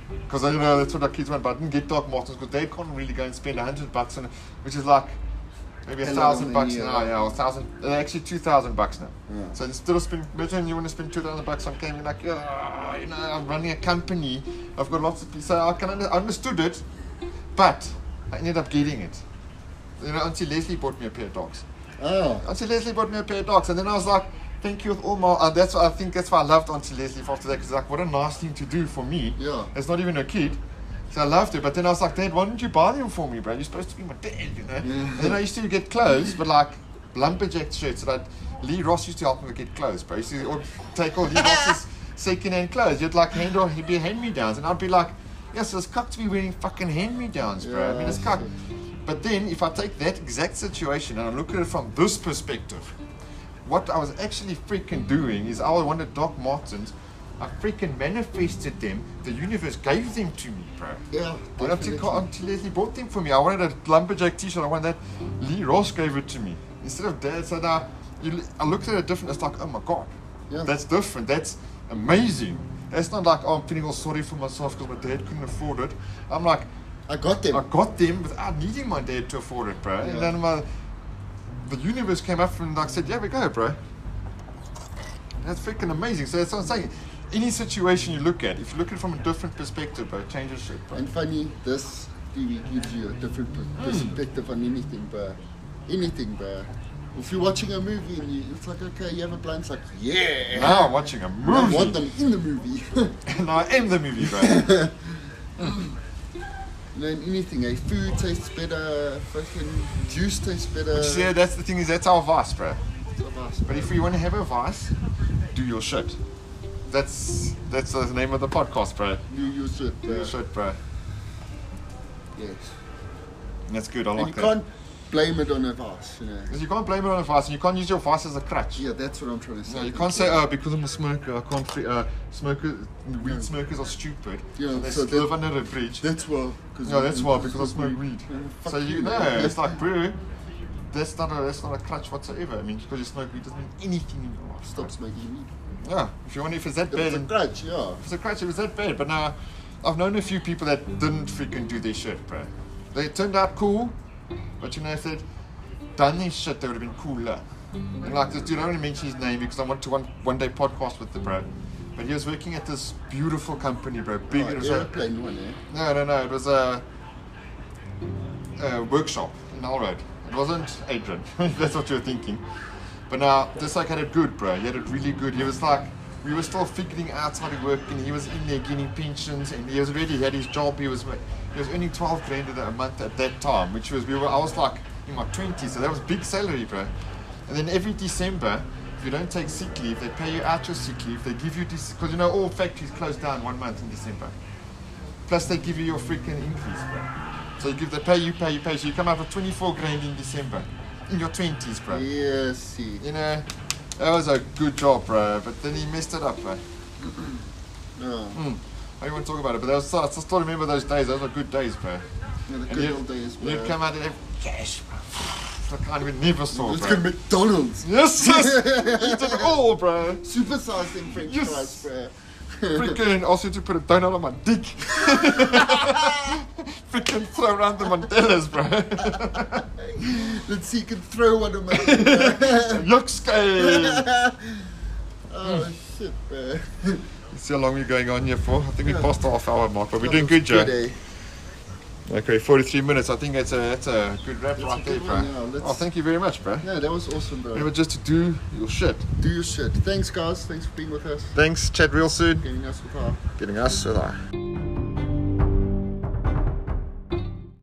Speaker 1: because you know that's what our kids want. But I didn't get Doc Martens because they can't really go and spend a hundred bucks on, it, which is like maybe a
Speaker 2: Hello,
Speaker 1: thousand bucks
Speaker 2: yeah.
Speaker 1: now, yeah, or a thousand. uh, Actually, two thousand bucks now. So instead of spending, imagine you want to spend two thousand bucks on game, you're like, "Ah, you know, I'm running a company. I've got lots of people. So I can under, I understood it, but I ended up getting it. You know, Auntie Leslie bought me a pair of dogs.
Speaker 2: Oh,
Speaker 1: Auntie uh, Leslie bought me a pair of dogs, and then I was like, "Thank you with all my." And that's why I think that's why I loved Auntie Leslie for after that, because like, what a nice thing to do for me.
Speaker 2: Yeah.
Speaker 1: It's not even a kid, so I loved it. But then I was like, "Dad, why didn't you buy them for me, bro? You're supposed to be my dad, you know." And then I used to get clothes, but like lumberjack shirts that I'd, Lee Ross used to help me get clothes, bro. He used to or take all Lee Ross's secondhand clothes. You'd like hand or he'd be hand me downs, and I'd be like. Yes, this cock's be wearing fucking hand me downs, bro. I mean, it's cock. But then, if I take that exact situation and I look at it from this perspective, what I was actually freaking doing is I wanted Doc Martens. I freaking manifested them. The universe gave them to me, bro.
Speaker 2: Yeah,
Speaker 1: When Auntie,
Speaker 2: definitely.
Speaker 1: Ca- Auntie Leslie bought them for me. I wanted a lumberjack t-shirt. I wanted that. Lee Ross gave it to me. Instead of dad, so now you, l- I looked at it different. It's like, oh my God,
Speaker 2: Yeah.
Speaker 1: that's different. That's amazing. That's not like, oh, I'm feeling all sorry for myself because my dad couldn't afford it. I'm like,
Speaker 2: I got them.
Speaker 1: I got them without needing my dad to afford it, bro.
Speaker 2: Yeah.
Speaker 1: And then my, the universe came up and like said, "Yeah, we go, bro." That's freaking amazing. So that's what I'm saying. Any situation you look at, if you look at it from a different perspective, bro, it changes shit, bro.
Speaker 2: And funny, this TV gives you a different
Speaker 1: Hmm.
Speaker 2: per- perspective on anything, but anything, but if you're watching a movie and you, it's like, okay, you have a blind, it's like, yeah,
Speaker 1: Now I'm watching a
Speaker 2: I
Speaker 1: movie,
Speaker 2: want
Speaker 1: [laughs]
Speaker 2: them in the movie. [laughs]
Speaker 1: and I am the movie, bro.
Speaker 2: Learn anything, eh? Food tastes better, fucking juice tastes better.
Speaker 1: Which, yeah, that's the thing is that's our vice, bro.
Speaker 2: It's a vice,
Speaker 1: But
Speaker 2: bro.
Speaker 1: if you want to have a vice, do your shit. That's that's the name of the podcast, bro.
Speaker 2: you use it,
Speaker 1: Do
Speaker 2: bro.
Speaker 1: your shit, bro.
Speaker 2: Yes.
Speaker 1: That's good. I
Speaker 2: And you
Speaker 1: like that.
Speaker 2: can't blame it on a vice, you know.
Speaker 1: 'Cause You can't blame it on a vice, and you can't use your vice as a crutch.
Speaker 2: Yeah, that's what I'm trying to say.
Speaker 1: No, you can't say, oh, because I'm a smoker, I can't, fi- uh, smoker, weed smokers are stupid.
Speaker 2: Yeah,
Speaker 1: so they
Speaker 2: so
Speaker 1: live
Speaker 2: that-
Speaker 1: under a bridge.
Speaker 2: That's why. Cause
Speaker 1: No, that's why, because I smoke weed.
Speaker 2: Yeah, fuck
Speaker 1: So you
Speaker 2: you,
Speaker 1: know,
Speaker 2: man.
Speaker 1: it's like, bro, that's not a, that's not a crutch whatsoever. I mean, because you smoke weed doesn't mean anything in your life.
Speaker 2: Stop smoking weed.
Speaker 1: Yeah, if you want, if it's that bad,
Speaker 2: It's a
Speaker 1: then-
Speaker 2: grudge, yeah.
Speaker 1: if it's a crutch, it was that bad. But now, I've known a few people that didn't freaking do their shit, bro. They turned out cool, but you know, if they'd done their shit, they would have been cooler. And like this dude, I don't want to mention his name because I want to one, one day podcast with the bro. But he was working at this beautiful company, bro. Big, it
Speaker 2: Like
Speaker 1: was a-
Speaker 2: airplane one, eh?
Speaker 1: no, no, no. It was a, a workshop in Alroad. It wasn't Adrian. [laughs] if That's what you were thinking. But now, this like had it good, bro. He had it really good. He was like, we were still figuring out how to work, and he was in there getting pensions, and he was ready. He had his job. He was ma- he was earning twelve grand a a month at that time, which was we were. I was like in my twenties, so that was big salary, bro. And then every December, if you don't take sick leave, they pay you out your sick leave. They give you this because you know all factories close down one month in December. Plus they give you your freaking increase, bro. So you give the pay, you pay, you pay. So you come out with 24 grand in December, in your 20s, bro.
Speaker 2: Yeah, see.
Speaker 1: You know, that was a good job, bro. But then he messed it up, bro. Hmm.
Speaker 2: No,
Speaker 1: I don't want to talk about it, but that was, I still remember those days. Those were good days, bro.
Speaker 2: no, the
Speaker 1: And
Speaker 2: good
Speaker 1: you'd-
Speaker 2: old days, bro.
Speaker 1: You'd come out and have cash, bro. [sighs] I can't even never saw,
Speaker 2: Let's
Speaker 1: bro.
Speaker 2: go to McDonald's.
Speaker 1: yes, yes. Eat it all, bro.
Speaker 2: Supersize them French
Speaker 1: Yes.
Speaker 2: fries, bro.
Speaker 1: Freaking also to put a donut on my dick. [laughs] Freaking throw around the Mandelas, bro. [laughs]
Speaker 2: Let's see, you can throw one of my. [laughs]
Speaker 1: Yucksky.
Speaker 2: oh, shit, bro.
Speaker 1: [laughs] See how long we're going on here for. I think we passed the half hour mark, but we're doing
Speaker 2: That was
Speaker 1: good, Joe.
Speaker 2: eh?
Speaker 1: Okay, 43 minutes. I think that's a that's a good wrap
Speaker 2: That's
Speaker 1: right
Speaker 2: a
Speaker 1: there,
Speaker 2: good
Speaker 1: bro.
Speaker 2: one, yeah. Let's-
Speaker 1: Oh, thank you very much, bro.
Speaker 2: No, that was awesome, bro.
Speaker 1: Remember just to do your shit.
Speaker 2: Do your shit. Thanks, guys. Thanks for being with us.
Speaker 1: Thanks. Chat real soon.
Speaker 2: Getting us with our.
Speaker 1: Getting us. uh, with our-